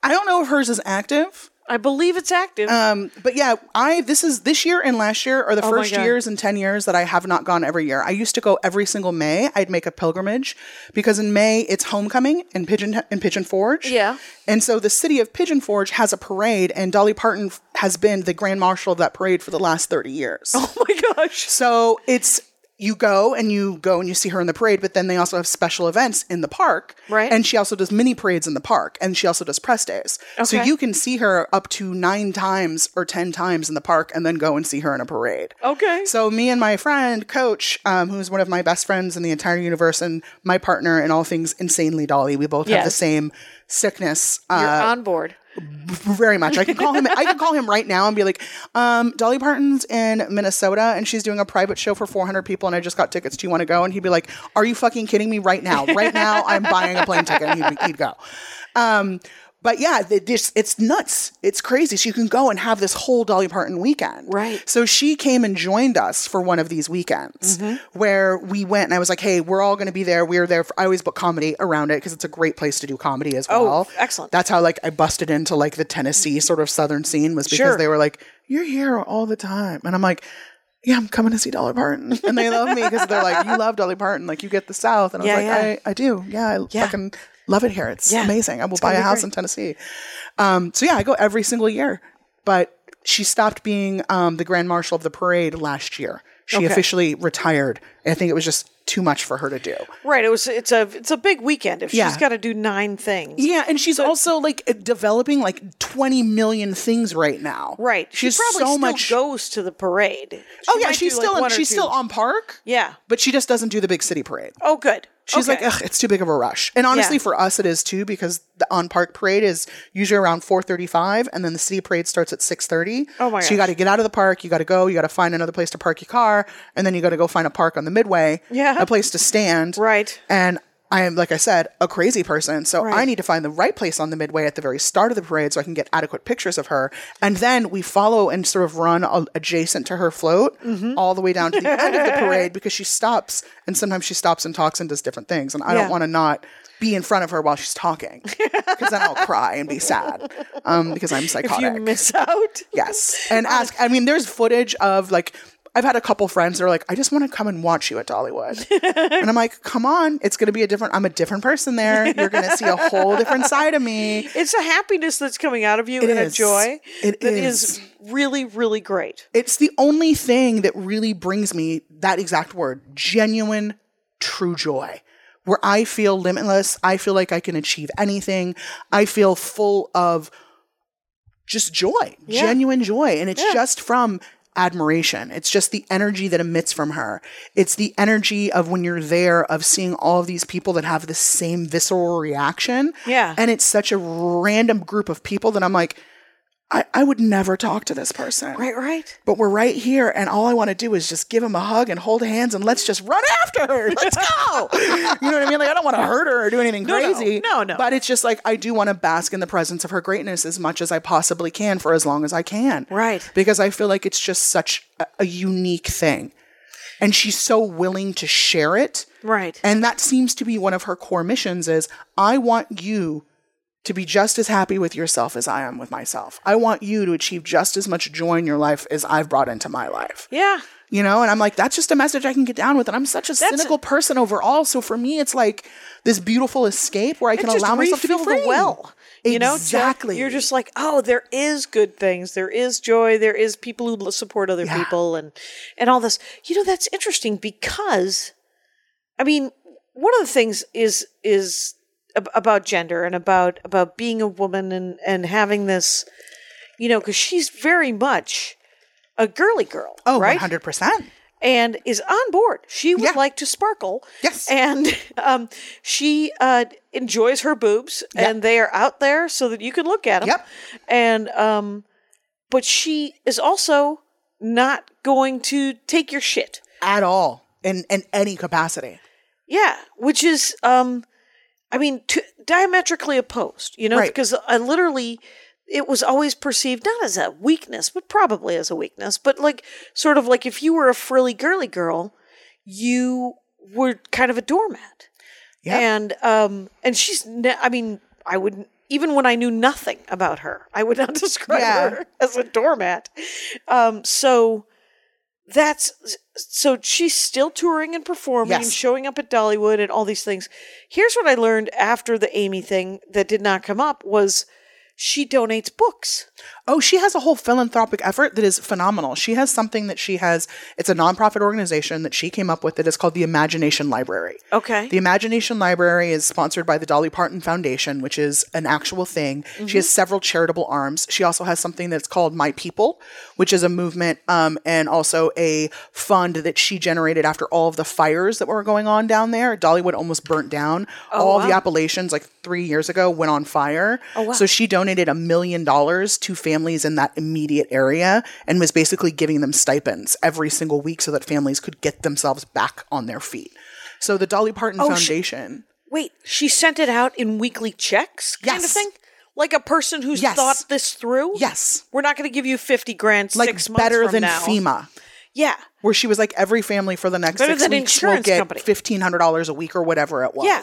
[SPEAKER 2] I don't know if hers is active,
[SPEAKER 1] I believe it's active.
[SPEAKER 2] um, but yeah, I this is this year and last year are the
[SPEAKER 1] Oh my
[SPEAKER 2] first
[SPEAKER 1] God.
[SPEAKER 2] years in ten years that I have not gone every year. I used to go every single May. I'd make a pilgrimage because in May it's homecoming in Pigeon in Pigeon Forge.
[SPEAKER 1] Yeah.
[SPEAKER 2] and so the city of Pigeon Forge has a parade, and Dolly Parton f- has been the grand marshal of that parade for the last thirty years.
[SPEAKER 1] oh my gosh.
[SPEAKER 2] So it's you go and you go and you see her in the parade, but then they also have special events in the park.
[SPEAKER 1] Right.
[SPEAKER 2] And she also does mini parades in the park and she also does press days. So
[SPEAKER 1] Okay.
[SPEAKER 2] you can see her up to nine times or 10 times in the park and then go and see her in a parade.
[SPEAKER 1] Okay.
[SPEAKER 2] So me and my friend Coach, um, who's one of my best friends in the entire universe and my partner in all things insanely Dolly, we both have the
[SPEAKER 1] Yes.
[SPEAKER 2] same sickness. Uh,
[SPEAKER 1] You're on board.
[SPEAKER 2] very much. I could call him. I could call him right now and be like, um, "Dolly Parton's in Minnesota and she's doing a private show for 400 people, and I just got tickets. Do you want to go?" And he'd be like, "Are you fucking kidding me? Right now, right now, I'm buying a plane ticket." And he'd, be- he'd go. Um, but yeah, th- this it's nuts. It's crazy. So you can go and have this whole Dolly Parton weekend.
[SPEAKER 1] Right.
[SPEAKER 2] So she came and joined us for one of these weekends
[SPEAKER 1] Mm-hmm.
[SPEAKER 2] where we went, and I was like, "Hey, we're all going to be there. We're there." For, I always book comedy around it because it's a great place to do comedy as well.
[SPEAKER 1] Oh, excellent.
[SPEAKER 2] That's how like I busted into like the Tennessee sort of southern scene was because
[SPEAKER 1] Sure.
[SPEAKER 2] they were like, "You're here all the time," and I'm like, "Yeah, I'm coming to see Dolly Parton," and they love me because they're like, "You love Dolly Parton, like you get the South," and I was
[SPEAKER 1] Yeah,
[SPEAKER 2] like,
[SPEAKER 1] yeah.
[SPEAKER 2] I, "I do, yeah, I
[SPEAKER 1] Yeah.
[SPEAKER 2] fucking love it here. It's
[SPEAKER 1] Yeah.
[SPEAKER 2] amazing. I will buy a
[SPEAKER 1] gonna be
[SPEAKER 2] house
[SPEAKER 1] great.
[SPEAKER 2] in Tennessee." Um, so yeah, I go every single year, but she stopped being um, the grand marshal of the parade last year. She
[SPEAKER 1] Okay.
[SPEAKER 2] officially retired. I think it was just too much for her to do.
[SPEAKER 1] Right. It was. It's a. It's a big weekend. If
[SPEAKER 2] Yeah.
[SPEAKER 1] she's got to do nine things.
[SPEAKER 2] Yeah, and she's also like uh, developing like 20 million things right now.
[SPEAKER 1] Right.
[SPEAKER 2] She's
[SPEAKER 1] she probably
[SPEAKER 2] so
[SPEAKER 1] still
[SPEAKER 2] much.
[SPEAKER 1] goes to the parade. She
[SPEAKER 2] oh yeah,
[SPEAKER 1] might
[SPEAKER 2] she's
[SPEAKER 1] do, like,
[SPEAKER 2] still
[SPEAKER 1] one or
[SPEAKER 2] she's
[SPEAKER 1] two.
[SPEAKER 2] still on park.
[SPEAKER 1] Yeah.
[SPEAKER 2] But she just doesn't do the big city parade.
[SPEAKER 1] Oh, good.
[SPEAKER 2] She's
[SPEAKER 1] Okay.
[SPEAKER 2] like, Ugh, it's too big of a rush. And honestly,
[SPEAKER 1] Yeah.
[SPEAKER 2] for us, it is too because the on park parade is usually around four thirty-five, and then the city parade starts at six thirty.
[SPEAKER 1] Oh my
[SPEAKER 2] So you
[SPEAKER 1] gosh.
[SPEAKER 2] got to get out of the park. You got to go. You got to find another place to park your car, and then you got to go find a park on the midway.
[SPEAKER 1] Yeah.
[SPEAKER 2] a place to stand.
[SPEAKER 1] Right.
[SPEAKER 2] And I am, like I said, a crazy person, so I
[SPEAKER 1] Right.
[SPEAKER 2] need to find the right place on the midway at the very start of the parade so I can get adequate pictures of her. And then we follow and sort of run a- adjacent to her float
[SPEAKER 1] Mm-hmm.
[SPEAKER 2] all the way down to the end of the parade because she stops and sometimes she stops and talks and does different things. And I
[SPEAKER 1] Yeah.
[SPEAKER 2] don't want to not be in front of her while she's talking because then I'll cry and be sad um, because I'm
[SPEAKER 1] If
[SPEAKER 2] psychotic.
[SPEAKER 1] you miss out.
[SPEAKER 2] Yes. And ask, I mean, there's footage of like, I've had a couple friends that are like, I just want to come and watch you at Dollywood. and I'm like, come on, it's going to be a different, I'm a different person there. You're going to see a whole different side of me.
[SPEAKER 1] It's a happiness that's coming out of you
[SPEAKER 2] It
[SPEAKER 1] and
[SPEAKER 2] is.
[SPEAKER 1] a joy
[SPEAKER 2] It
[SPEAKER 1] that
[SPEAKER 2] is.
[SPEAKER 1] really, really great.
[SPEAKER 2] It's the only thing that really brings me that exact word genuine, true joy, where I feel limitless. I feel like I can achieve anything. I feel full of just joy,
[SPEAKER 1] Yeah.
[SPEAKER 2] genuine joy. And it's
[SPEAKER 1] Yeah.
[SPEAKER 2] just from admiration. It's just the energy that emits from her. It's the energy of when you're there, of seeing all of these people that have the same visceral reaction.
[SPEAKER 1] Yeah.
[SPEAKER 2] And it's such a random group of people that I'm like, I, I would never talk to this person
[SPEAKER 1] Right, right.
[SPEAKER 2] but we're right here and all i want to do is just give him a hug and hold hands and let's just run after her let's go you know what i mean like i don't want to hurt her or do anything
[SPEAKER 1] no.
[SPEAKER 2] crazy
[SPEAKER 1] No, no.
[SPEAKER 2] but it's just like i do want to bask in the presence of her greatness as much as i possibly can for as long as i can
[SPEAKER 1] Right.
[SPEAKER 2] because i feel like it's just such a, a unique thing and she's so willing to share it
[SPEAKER 1] Right.
[SPEAKER 2] and that seems to be one of her core missions is I want you to be just as happy with yourself as I am with myself. I want you to achieve just as much joy in your life as I've brought into my life.
[SPEAKER 1] yeah.
[SPEAKER 2] You know, and I'm like that's just a message I can get down with and I'm such a
[SPEAKER 1] That's-
[SPEAKER 2] cynical person overall, so for me it's like this beautiful escape where I
[SPEAKER 1] It
[SPEAKER 2] can
[SPEAKER 1] just
[SPEAKER 2] allow myself to be
[SPEAKER 1] refill the
[SPEAKER 2] free.
[SPEAKER 1] well. You know, Jeff,
[SPEAKER 2] Exactly.
[SPEAKER 1] you're just like, oh, there is good things. There is joy. There is people who l- support other
[SPEAKER 2] Yeah.
[SPEAKER 1] people, and and all this. You know, that's interesting because, I mean, one of the things is is ab- about gender and about about being a woman and and having this, you know, because she's very much a girly girl.
[SPEAKER 2] Oh,
[SPEAKER 1] right
[SPEAKER 2] 100%.
[SPEAKER 1] and is on board. She would
[SPEAKER 2] Yeah.
[SPEAKER 1] like to sparkle.
[SPEAKER 2] Yes.
[SPEAKER 1] And um, she uh, enjoys her boobs, and they are out there so that you can look at them.
[SPEAKER 2] Yep.
[SPEAKER 1] And um, but she is also not going to take your shit.
[SPEAKER 2] At all in in any capacity.
[SPEAKER 1] Yeah, which is, um, I mean, t- diametrically opposed, you know,
[SPEAKER 2] Right.
[SPEAKER 1] because I literally, it was always perceived not as a weakness, but probably as a weakness, but like sort of like if you were a frilly girly girl, you were kind of a doormat.
[SPEAKER 2] Yeah.
[SPEAKER 1] And, um, and she's, ne- I mean, I wouldn't, even when I knew nothing about her, I would not describe
[SPEAKER 2] Yeah.
[SPEAKER 1] her as a doormat. Um, so, that's so she's still touring and performing
[SPEAKER 2] Yes.
[SPEAKER 1] and showing up at Dollywood and all these things. Here's what I learned after the Amy thing that did not come up was she donates books.
[SPEAKER 2] Oh, she has a whole philanthropic effort that is phenomenal. She has something that she has, it's a nonprofit organization that she came up with that is called the Imagination Library.
[SPEAKER 1] Okay.
[SPEAKER 2] The Imagination Library is sponsored by the Dolly Parton Foundation, which is an actual thing. She has several charitable arms. She also has something that's called My People, which is a movement um, and also a fund that she generated after all of the fires that were going on down there. Dollywood almost burnt down. all the Appalachians, like three years ago, went on fire. Oh, wow. So she donated a million dollars to families in that immediate area and was basically giving them stipends every single week so that families could get themselves back on their feet. So the Dolly Parton
[SPEAKER 1] she-
[SPEAKER 2] Foundation.
[SPEAKER 1] Wait, she sent it out in weekly checks kind of
[SPEAKER 2] Yes.
[SPEAKER 1] thing? Like a person who's
[SPEAKER 2] Yes.
[SPEAKER 1] thought this through?
[SPEAKER 2] Yes.
[SPEAKER 1] We're not going to give you 50 grand
[SPEAKER 2] like
[SPEAKER 1] six months
[SPEAKER 2] better
[SPEAKER 1] from
[SPEAKER 2] than
[SPEAKER 1] now.
[SPEAKER 2] FEMA,
[SPEAKER 1] Yeah.
[SPEAKER 2] where she was like every family for the next
[SPEAKER 1] Better
[SPEAKER 2] six
[SPEAKER 1] than
[SPEAKER 2] weeks will
[SPEAKER 1] insurance
[SPEAKER 2] get
[SPEAKER 1] company.
[SPEAKER 2] fifteen hundred dollars a week or whatever it was.
[SPEAKER 1] Yeah.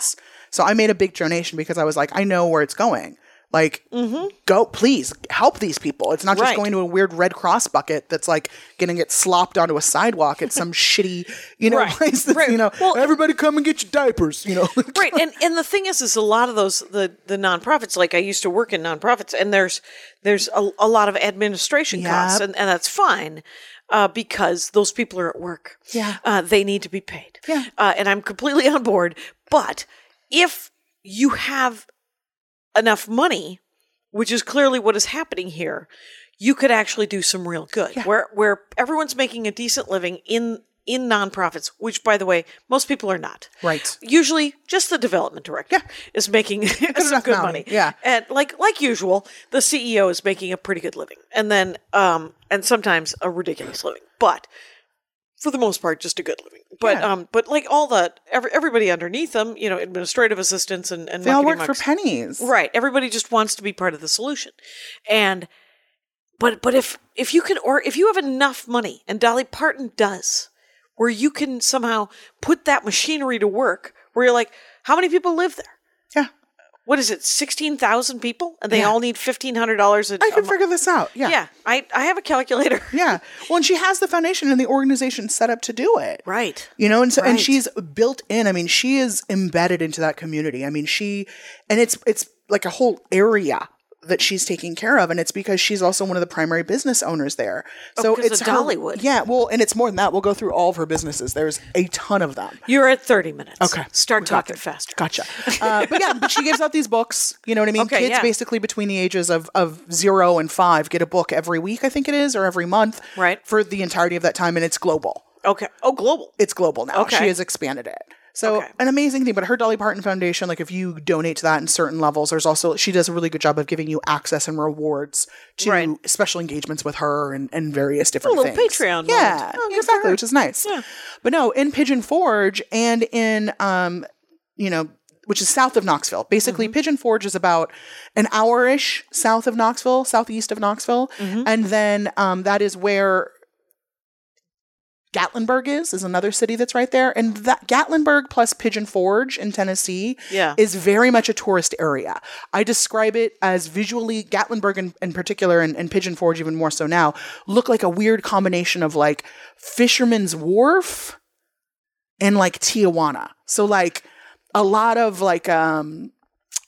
[SPEAKER 2] So I made a big donation because I was like, I know where it's going. Like, go please help these people. It's not just
[SPEAKER 1] Mm-hmm. Right.
[SPEAKER 2] going to a weird Red Cross bucket that's like going to get slopped onto a sidewalk at some shitty, you know,
[SPEAKER 1] Right.
[SPEAKER 2] place. That's,
[SPEAKER 1] Right.
[SPEAKER 2] You know,
[SPEAKER 1] Well,
[SPEAKER 2] everybody come and get your diapers. You know,
[SPEAKER 1] right and and the thing is is a lot of those the the nonprofits like i used to work in nonprofits and there's there's a, a lot of administration costs
[SPEAKER 2] Yep.
[SPEAKER 1] and, and that's fine uh, because those people are at work
[SPEAKER 2] Yeah.
[SPEAKER 1] uh, they need to be paid
[SPEAKER 2] Yeah.
[SPEAKER 1] uh, and i'm completely on board but if you have enough money which is clearly what is happening here you could actually do some real good where where everyone's making a decent living in in nonprofits, which, by the way, most people are not.
[SPEAKER 2] Right.
[SPEAKER 1] Usually, just the development director is making some
[SPEAKER 2] enough
[SPEAKER 1] good money.
[SPEAKER 2] money, yeah.
[SPEAKER 1] and like like usual, the CEO is making a pretty good living, and then um and sometimes a ridiculous living, but for the most part, just a good living. But
[SPEAKER 2] Yeah.
[SPEAKER 1] um, but like all the every, everybody underneath them, you know, administrative assistants and and
[SPEAKER 2] They all work
[SPEAKER 1] muckety
[SPEAKER 2] for
[SPEAKER 1] mucks.
[SPEAKER 2] pennies.
[SPEAKER 1] Right. Everybody just wants to be part of the solution. And but but if if you can or if you have enough money and Dolly Parton does where you can somehow put that machinery to work where you're like how many people live there?
[SPEAKER 2] Yeah.
[SPEAKER 1] What is it? 16,000 people and they
[SPEAKER 2] Yeah.
[SPEAKER 1] all need $1500 a
[SPEAKER 2] I can
[SPEAKER 1] a mo-
[SPEAKER 2] figure this out. Yeah.
[SPEAKER 1] Yeah. I I have a calculator.
[SPEAKER 2] Yeah. Well, and she has the foundation and the organization set up to do it.
[SPEAKER 1] Right.
[SPEAKER 2] You know, and so
[SPEAKER 1] Right.
[SPEAKER 2] and she's built in. I mean, she is embedded into that community. I mean, she and it's it's like a whole area that she's taking care of, and it's because she's also one of the primary business owners there. So
[SPEAKER 1] 'cause Oh, of
[SPEAKER 2] it's
[SPEAKER 1] Dollywood.
[SPEAKER 2] Her, yeah, well, and it's more than that. We'll go through all of her businesses. There's a ton of them.
[SPEAKER 1] You're at 30 minutes.
[SPEAKER 2] Okay.
[SPEAKER 1] Start talking faster.
[SPEAKER 2] Gotcha. Uh, but yeah, but she gives out these books. You know what I mean?
[SPEAKER 1] Okay,
[SPEAKER 2] Kids
[SPEAKER 1] yeah.
[SPEAKER 2] basically between the ages of, of zero and five get a book every week, I think it is, or every month,
[SPEAKER 1] Right.
[SPEAKER 2] For the entirety of that time, and it's global.
[SPEAKER 1] Okay. Oh, global.
[SPEAKER 2] It's global now.
[SPEAKER 1] Okay.
[SPEAKER 2] She has expanded it. So
[SPEAKER 1] Okay.
[SPEAKER 2] an amazing thing. But her Dolly Parton Foundation, like if you donate to that in certain levels, there's also she does a really good job of giving you access and rewards to
[SPEAKER 1] Right.
[SPEAKER 2] special engagements with her and, and various different
[SPEAKER 1] A little
[SPEAKER 2] things.
[SPEAKER 1] Patreon moment.
[SPEAKER 2] Yeah,
[SPEAKER 1] Oh, good for
[SPEAKER 2] exactly,
[SPEAKER 1] her.
[SPEAKER 2] which is nice. But no, in Pigeon Forge and in um, you know, which is south of Knoxville.
[SPEAKER 1] Mm-hmm.
[SPEAKER 2] Basically, Pigeon Forge is about an hour ish south of Knoxville, southeast of Knoxville,
[SPEAKER 1] Mm-hmm.
[SPEAKER 2] and then um, that is where Gatlinburg is is another city that's right there, and that Gatlinburg plus Pigeon Forge in Tennessee
[SPEAKER 1] Yeah.
[SPEAKER 2] is very much a tourist area. I describe it as visually Gatlinburg in, in particular, and, and Pigeon Forge even more so now look like a weird combination of like Fisherman's Wharf and like Tijuana. So like a lot of like um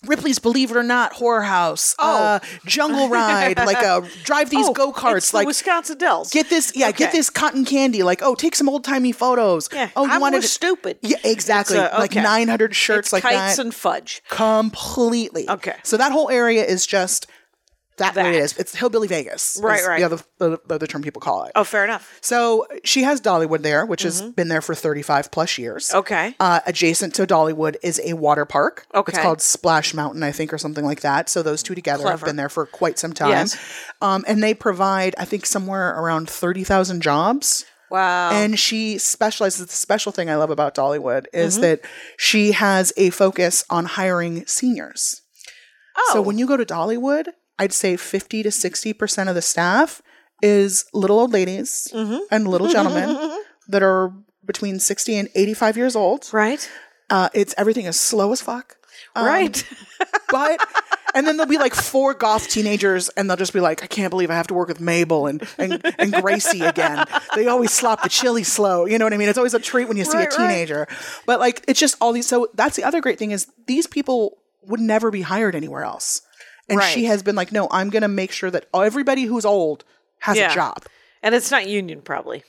[SPEAKER 2] Ripley's Believe It or Not, Horror House, uh, Jungle Ride, like uh, drive these
[SPEAKER 1] Oh,
[SPEAKER 2] go
[SPEAKER 1] it's
[SPEAKER 2] karts,
[SPEAKER 1] the
[SPEAKER 2] like
[SPEAKER 1] Wisconsin Dells.
[SPEAKER 2] Get this, yeah, get
[SPEAKER 1] Okay.
[SPEAKER 2] this cotton candy. Like, oh, take some old timey photos.
[SPEAKER 1] Yeah.
[SPEAKER 2] Oh, you
[SPEAKER 1] I'm
[SPEAKER 2] wanted
[SPEAKER 1] more stupid.
[SPEAKER 2] Yeah, exactly.
[SPEAKER 1] It's, uh,
[SPEAKER 2] Like
[SPEAKER 1] okay.
[SPEAKER 2] nine hundred shirts
[SPEAKER 1] it's
[SPEAKER 2] like
[SPEAKER 1] kites
[SPEAKER 2] that.
[SPEAKER 1] and fudge.
[SPEAKER 2] completely.
[SPEAKER 1] Okay.
[SPEAKER 2] So that whole area is just that,
[SPEAKER 1] That.
[SPEAKER 2] way it is. It's hillbilly Vegas.
[SPEAKER 1] Right,
[SPEAKER 2] is
[SPEAKER 1] right.
[SPEAKER 2] The other the, the other term people call it.
[SPEAKER 1] Oh, fair enough.
[SPEAKER 2] So she has Dollywood there, which has been there for 35 plus years.
[SPEAKER 1] Okay.
[SPEAKER 2] Uh, adjacent to Dollywood is a water park. It's
[SPEAKER 1] Okay.
[SPEAKER 2] called Splash Mountain, I think, or something like that. So those two together
[SPEAKER 1] Clever.
[SPEAKER 2] have been there for quite some time.
[SPEAKER 1] Yes.
[SPEAKER 2] Um, and they provide, I think, somewhere around 30,000 jobs.
[SPEAKER 1] Wow.
[SPEAKER 2] And she specializes. The special thing I love about Dollywood is
[SPEAKER 1] Mm-hmm.
[SPEAKER 2] that she has a focus on hiring seniors.
[SPEAKER 1] oh,
[SPEAKER 2] So when you go to Dollywood, I'd say 50 to 60% of the staff is little old ladies
[SPEAKER 1] Mm-hmm.
[SPEAKER 2] and little gentlemen that are between 60 and 85 years old.
[SPEAKER 1] right,
[SPEAKER 2] Uh, it's everything is slow as fuck.
[SPEAKER 1] right.
[SPEAKER 2] But and then there'll be like four goth teenagers and they'll just be like, I can't believe I have to work with Mabel and and, and Gracie again. They always slop the chili slow. You know what I mean? It's always a treat when you see
[SPEAKER 1] Right,
[SPEAKER 2] a
[SPEAKER 1] right.
[SPEAKER 2] teenager. But like it's just all these so that's the other great thing is these people would never be hired anywhere else. And she
[SPEAKER 1] Right.
[SPEAKER 2] has been like, No, I'm gonna make sure that everybody who's old has
[SPEAKER 1] Yeah.
[SPEAKER 2] a job.
[SPEAKER 1] and it's not union, probably.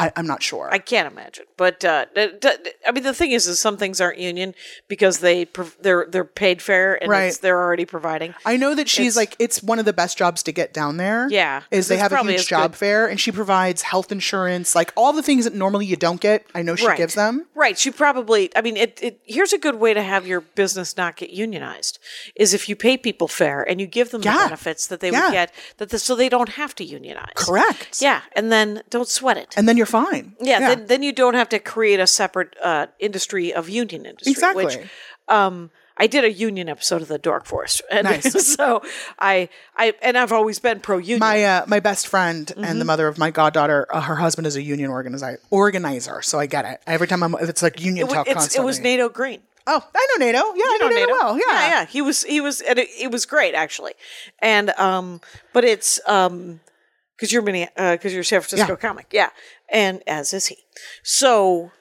[SPEAKER 2] I, I'm not sure.
[SPEAKER 1] I can't imagine. But uh, d- d- d- I mean, the thing is, is some things aren't union because they prov- they're they're paid fair and
[SPEAKER 2] Right.
[SPEAKER 1] it's, they're already providing.
[SPEAKER 2] I know that she's like it's one of the best jobs to get down there.
[SPEAKER 1] Yeah, 'cause
[SPEAKER 2] is they
[SPEAKER 1] it's
[SPEAKER 2] have a
[SPEAKER 1] probably
[SPEAKER 2] huge
[SPEAKER 1] as
[SPEAKER 2] job
[SPEAKER 1] good-
[SPEAKER 2] fair and she provides health insurance, like all the things that normally you don't get. I know she
[SPEAKER 1] Right.
[SPEAKER 2] gives them.
[SPEAKER 1] Right. You probably. I mean, it, it. Here's a good way to have your business not get unionized: is if you pay people fair and you give them the
[SPEAKER 2] Yeah.
[SPEAKER 1] benefits that they
[SPEAKER 2] Yeah.
[SPEAKER 1] would get, that the, so they don't have to unionize.
[SPEAKER 2] Correct.
[SPEAKER 1] Yeah, and then don't sweat it.
[SPEAKER 2] And then you're fine.
[SPEAKER 1] Yeah, Then, then you don't have to create a separate uh, industry of union industry. Which,
[SPEAKER 2] Exactly.
[SPEAKER 1] um, I did a union episode of the Dork Forest, and
[SPEAKER 2] Nice.
[SPEAKER 1] so I, I, and I've always been pro union.
[SPEAKER 2] my uh, my best friend
[SPEAKER 1] Mm-hmm.
[SPEAKER 2] and the mother of my goddaughter, uh, her husband is a union organizer. Organizer, so I get it. Every time I'm, it's like union
[SPEAKER 1] it, wa-
[SPEAKER 2] talk
[SPEAKER 1] it's, it
[SPEAKER 2] constantly.
[SPEAKER 1] was NATO Green.
[SPEAKER 2] Oh, I know NATO. Yeah, I know,
[SPEAKER 1] You know
[SPEAKER 2] NATO,
[SPEAKER 1] NATO?
[SPEAKER 2] well. Yeah,
[SPEAKER 1] yeah, He was, he was, and it, it was great actually. And um, but it's um, because you're mini, because you're a San Francisco
[SPEAKER 2] Yeah.
[SPEAKER 1] comic, yeah, and as is he. So.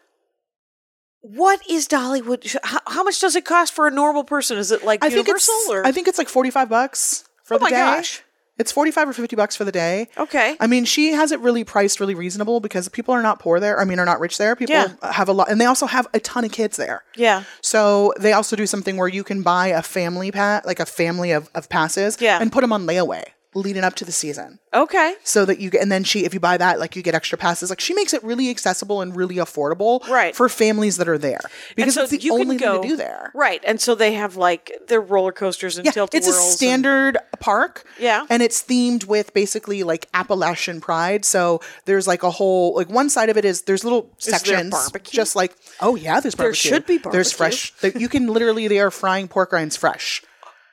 [SPEAKER 1] What is Dollywood? How, how much does it cost for a normal person? Is it like
[SPEAKER 2] I think it's
[SPEAKER 1] universal or
[SPEAKER 2] I think it's like forty five bucks for
[SPEAKER 1] Oh
[SPEAKER 2] the
[SPEAKER 1] my
[SPEAKER 2] day.
[SPEAKER 1] gosh.
[SPEAKER 2] It's forty five or fifty bucks for the day.
[SPEAKER 1] Okay.
[SPEAKER 2] I mean, she has it really priced really reasonable because people are not poor there. I mean, are not rich there. People
[SPEAKER 1] Yeah.
[SPEAKER 2] have a lot, and they also have a ton of kids there.
[SPEAKER 1] yeah.
[SPEAKER 2] So they also do something where you can buy a family pack, like a family of, of passes,
[SPEAKER 1] Yeah.
[SPEAKER 2] and put them on layaway. leading up to the season
[SPEAKER 1] Okay.
[SPEAKER 2] so that you get and then she if you buy that like you get extra passes like she makes it really accessible and really affordable
[SPEAKER 1] Right.
[SPEAKER 2] for families that are there because
[SPEAKER 1] so
[SPEAKER 2] it's the
[SPEAKER 1] you can
[SPEAKER 2] only
[SPEAKER 1] go-
[SPEAKER 2] thing to do there
[SPEAKER 1] Right. And so they have like their roller coasters and
[SPEAKER 2] yeah,
[SPEAKER 1] tilt
[SPEAKER 2] it's a standard park.
[SPEAKER 1] Yeah.
[SPEAKER 2] And it's themed with basically like Appalachian pride. So there's like a whole like one side of it is there's little
[SPEAKER 1] there
[SPEAKER 2] sections
[SPEAKER 1] barbecue?
[SPEAKER 2] just like oh yeah, there's barbecue.
[SPEAKER 1] should be
[SPEAKER 2] There's
[SPEAKER 1] barbecue.
[SPEAKER 2] fresh there, you can literally they are frying pork rinds fresh.